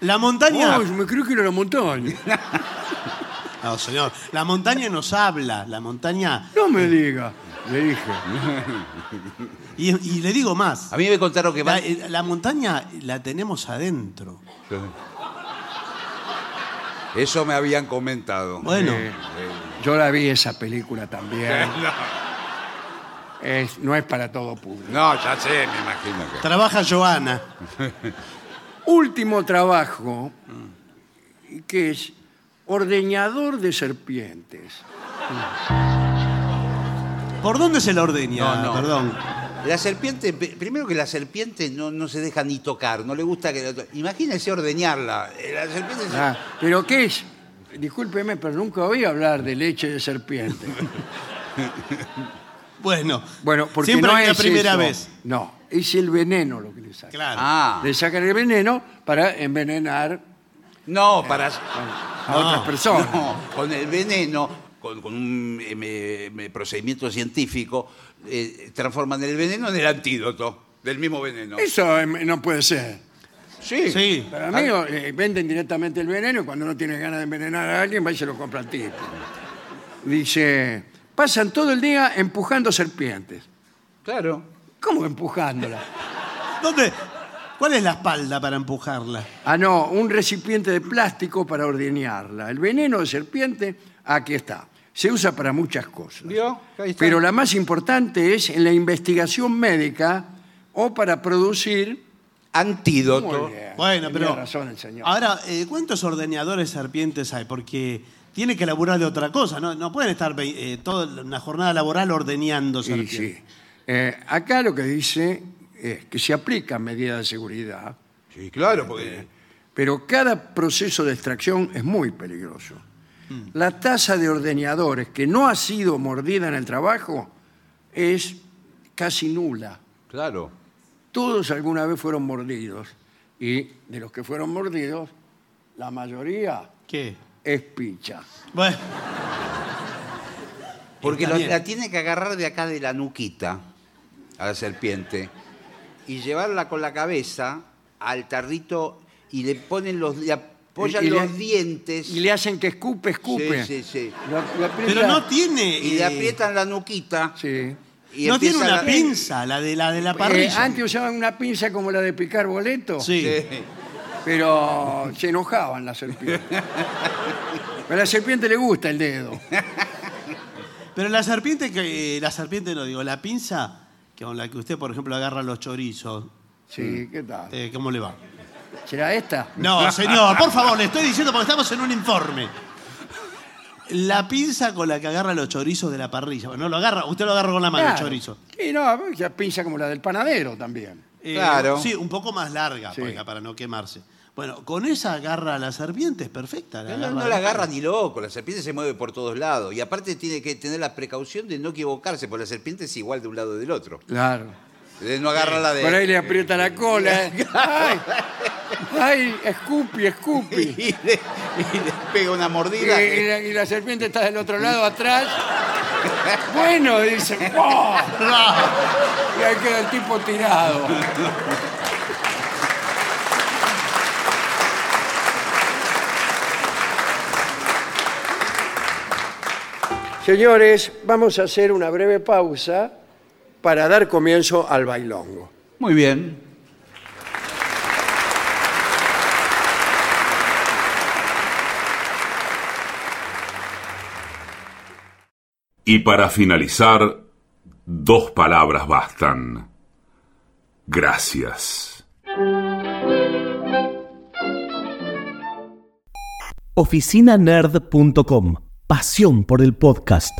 [SPEAKER 3] La montaña...
[SPEAKER 2] Oh, yo me creo que era la montaña.
[SPEAKER 3] No, señor. La montaña nos habla. La montaña...
[SPEAKER 2] No me diga, le dije.
[SPEAKER 3] Y, y le digo más.
[SPEAKER 4] A mí me contaron que
[SPEAKER 3] La,
[SPEAKER 4] van-
[SPEAKER 3] eh, la montaña la tenemos adentro.
[SPEAKER 5] Eso me habían comentado.
[SPEAKER 3] Bueno,
[SPEAKER 2] "Eh, Yo la vi esa película también. Es- no es para todo público.
[SPEAKER 5] [laughs] No, ya sé, me imagino que.
[SPEAKER 3] trabaja Joana.
[SPEAKER 2] Último trabajo,
[SPEAKER 3] Mm.
[SPEAKER 2] que es ordeñador de serpientes.
[SPEAKER 3] ¿Por dónde se la ordeña?
[SPEAKER 4] No, no.
[SPEAKER 3] Perdón.
[SPEAKER 4] La serpiente, pe- primero que la serpiente no, no se deja ni tocar, no le gusta que la to- Imagínense ordeñarla. eh, La serpiente se-
[SPEAKER 2] Ah, ¿Pero qué es? Discúlpeme, pero nunca oí hablar de leche de serpiente.
[SPEAKER 3] Bueno,
[SPEAKER 2] Bueno, porque
[SPEAKER 3] siempre
[SPEAKER 2] no
[SPEAKER 3] es la
[SPEAKER 2] es
[SPEAKER 3] primera
[SPEAKER 2] eso.
[SPEAKER 3] vez.
[SPEAKER 2] No, es el veneno lo que le sacan.
[SPEAKER 3] Claro.
[SPEAKER 4] Ah,
[SPEAKER 2] Le sacan el veneno para envenenar
[SPEAKER 4] no, para.
[SPEAKER 2] a
[SPEAKER 4] [laughs]
[SPEAKER 3] No, Ah.
[SPEAKER 2] otras personas.
[SPEAKER 4] no, con el veneno con, con un em, em, procedimiento científico, eh, transforman el veneno en el antídoto del mismo veneno.
[SPEAKER 2] Eso em, no puede ser.
[SPEAKER 4] Sí.
[SPEAKER 3] Sí.
[SPEAKER 2] Para
[SPEAKER 3] Ah.
[SPEAKER 2] mí, o- eh, venden directamente el veneno y cuando no tienen ganas de envenenar a alguien, va y se lo compra al tipo. Dice, pasan todo el día empujando serpientes.
[SPEAKER 4] Claro.
[SPEAKER 2] ¿Cómo empujándolas?
[SPEAKER 3] ¿Dónde? ¿Cuál es la espalda para empujarla?
[SPEAKER 2] Ah, no, un recipiente de plástico para ordeñarla. El veneno de serpiente, aquí está. Se usa para muchas cosas.
[SPEAKER 5] ¿Vio? Ahí está.
[SPEAKER 2] Pero la más importante es en la investigación médica o para producir...
[SPEAKER 4] Antídoto.
[SPEAKER 3] Bueno,
[SPEAKER 2] tenía
[SPEAKER 3] pero.
[SPEAKER 2] razón el señor.
[SPEAKER 3] Ahora, eh, ¿cuántos ordeñadores serpientes hay? Porque tiene que laburar de otra cosa, ¿no? No pueden estar ve- eh, toda una jornada laboral ordeñando
[SPEAKER 2] Sí,
[SPEAKER 3] serpientes.
[SPEAKER 2] sí. Eh, acá lo que dice es que se aplican medidas de seguridad,
[SPEAKER 4] Sí, claro, porque.
[SPEAKER 2] pero cada proceso de extracción es muy peligroso. La tasa de ordeñadores que no ha sido mordida en el trabajo es casi nula.
[SPEAKER 4] Claro.
[SPEAKER 2] Todos alguna vez fueron mordidos y de los que fueron mordidos, la mayoría
[SPEAKER 3] ¿Qué?
[SPEAKER 2] es picha.
[SPEAKER 3] Bueno,
[SPEAKER 4] Porque
[SPEAKER 3] Está
[SPEAKER 4] lo-
[SPEAKER 3] bien.
[SPEAKER 4] la tiene que agarrar de acá de la nuquita a la serpiente y llevarla con la cabeza al tarrito y le ponen los le apoyan
[SPEAKER 2] Y- y le-
[SPEAKER 4] los dientes
[SPEAKER 2] Y le hacen que escupe, escupe.
[SPEAKER 4] Sí, sí, sí.
[SPEAKER 2] Lo- lo
[SPEAKER 3] pero
[SPEAKER 2] aprieta-
[SPEAKER 3] no tiene.
[SPEAKER 4] y le
[SPEAKER 3] eh,
[SPEAKER 4] aprietan la nuquita
[SPEAKER 2] Sí.
[SPEAKER 4] y
[SPEAKER 3] no tiene
[SPEAKER 4] empieza
[SPEAKER 3] una
[SPEAKER 4] la-
[SPEAKER 3] pinza, la de la de la
[SPEAKER 2] Eh,
[SPEAKER 3] parrilla.
[SPEAKER 2] antes usaban una pinza como la de picar boleto,
[SPEAKER 3] sí.
[SPEAKER 4] Sí.
[SPEAKER 2] pero se enojaban las serpientes. Pero a la serpiente le gusta el dedo.
[SPEAKER 3] Pero la serpiente que. eh, la serpiente no digo, la pinza que con la que usted, por ejemplo, agarra los chorizos.
[SPEAKER 2] Sí, ¿qué tal?
[SPEAKER 3] eh, ¿Cómo le va?
[SPEAKER 2] ¿Será esta?
[SPEAKER 3] No, señor, por favor, le estoy diciendo porque estamos en un informe. La pinza con la que agarra los chorizos de la parrilla. Bueno, no lo agarra, usted lo agarra con la mano, el
[SPEAKER 2] Claro.
[SPEAKER 3] chorizo.
[SPEAKER 2] Sí, no, ya pinza como la del panadero también.
[SPEAKER 3] Eh,
[SPEAKER 4] Claro.
[SPEAKER 3] Sí, un poco más larga
[SPEAKER 2] Sí.
[SPEAKER 3] porque- para no quemarse. Bueno, con esa agarra a la serpiente, es perfecta.
[SPEAKER 4] No, no, no la agarra ni loco, la serpiente se mueve por todos lados y aparte tiene que tener la precaución de no equivocarse, porque la serpiente es igual de un lado y del otro.
[SPEAKER 2] Claro.
[SPEAKER 4] De no agarra la de...
[SPEAKER 2] Por ahí le aprieta la cola.
[SPEAKER 3] [laughs]
[SPEAKER 2] eh. Ay, ay, escupi, escupi.
[SPEAKER 4] [laughs] y, le, y le pega una
[SPEAKER 2] Y,
[SPEAKER 4] mordida.
[SPEAKER 2] y la, y la serpiente está del otro lado, atrás. Bueno, dice. ¡wow! Y ahí queda el tipo tirado. Señores, vamos a hacer una breve pausa para dar comienzo al bailongo.
[SPEAKER 4] Muy bien.
[SPEAKER 6] Y para finalizar, dos palabras bastan. Gracias.
[SPEAKER 7] oficinanerd.com. Pasión por el podcast.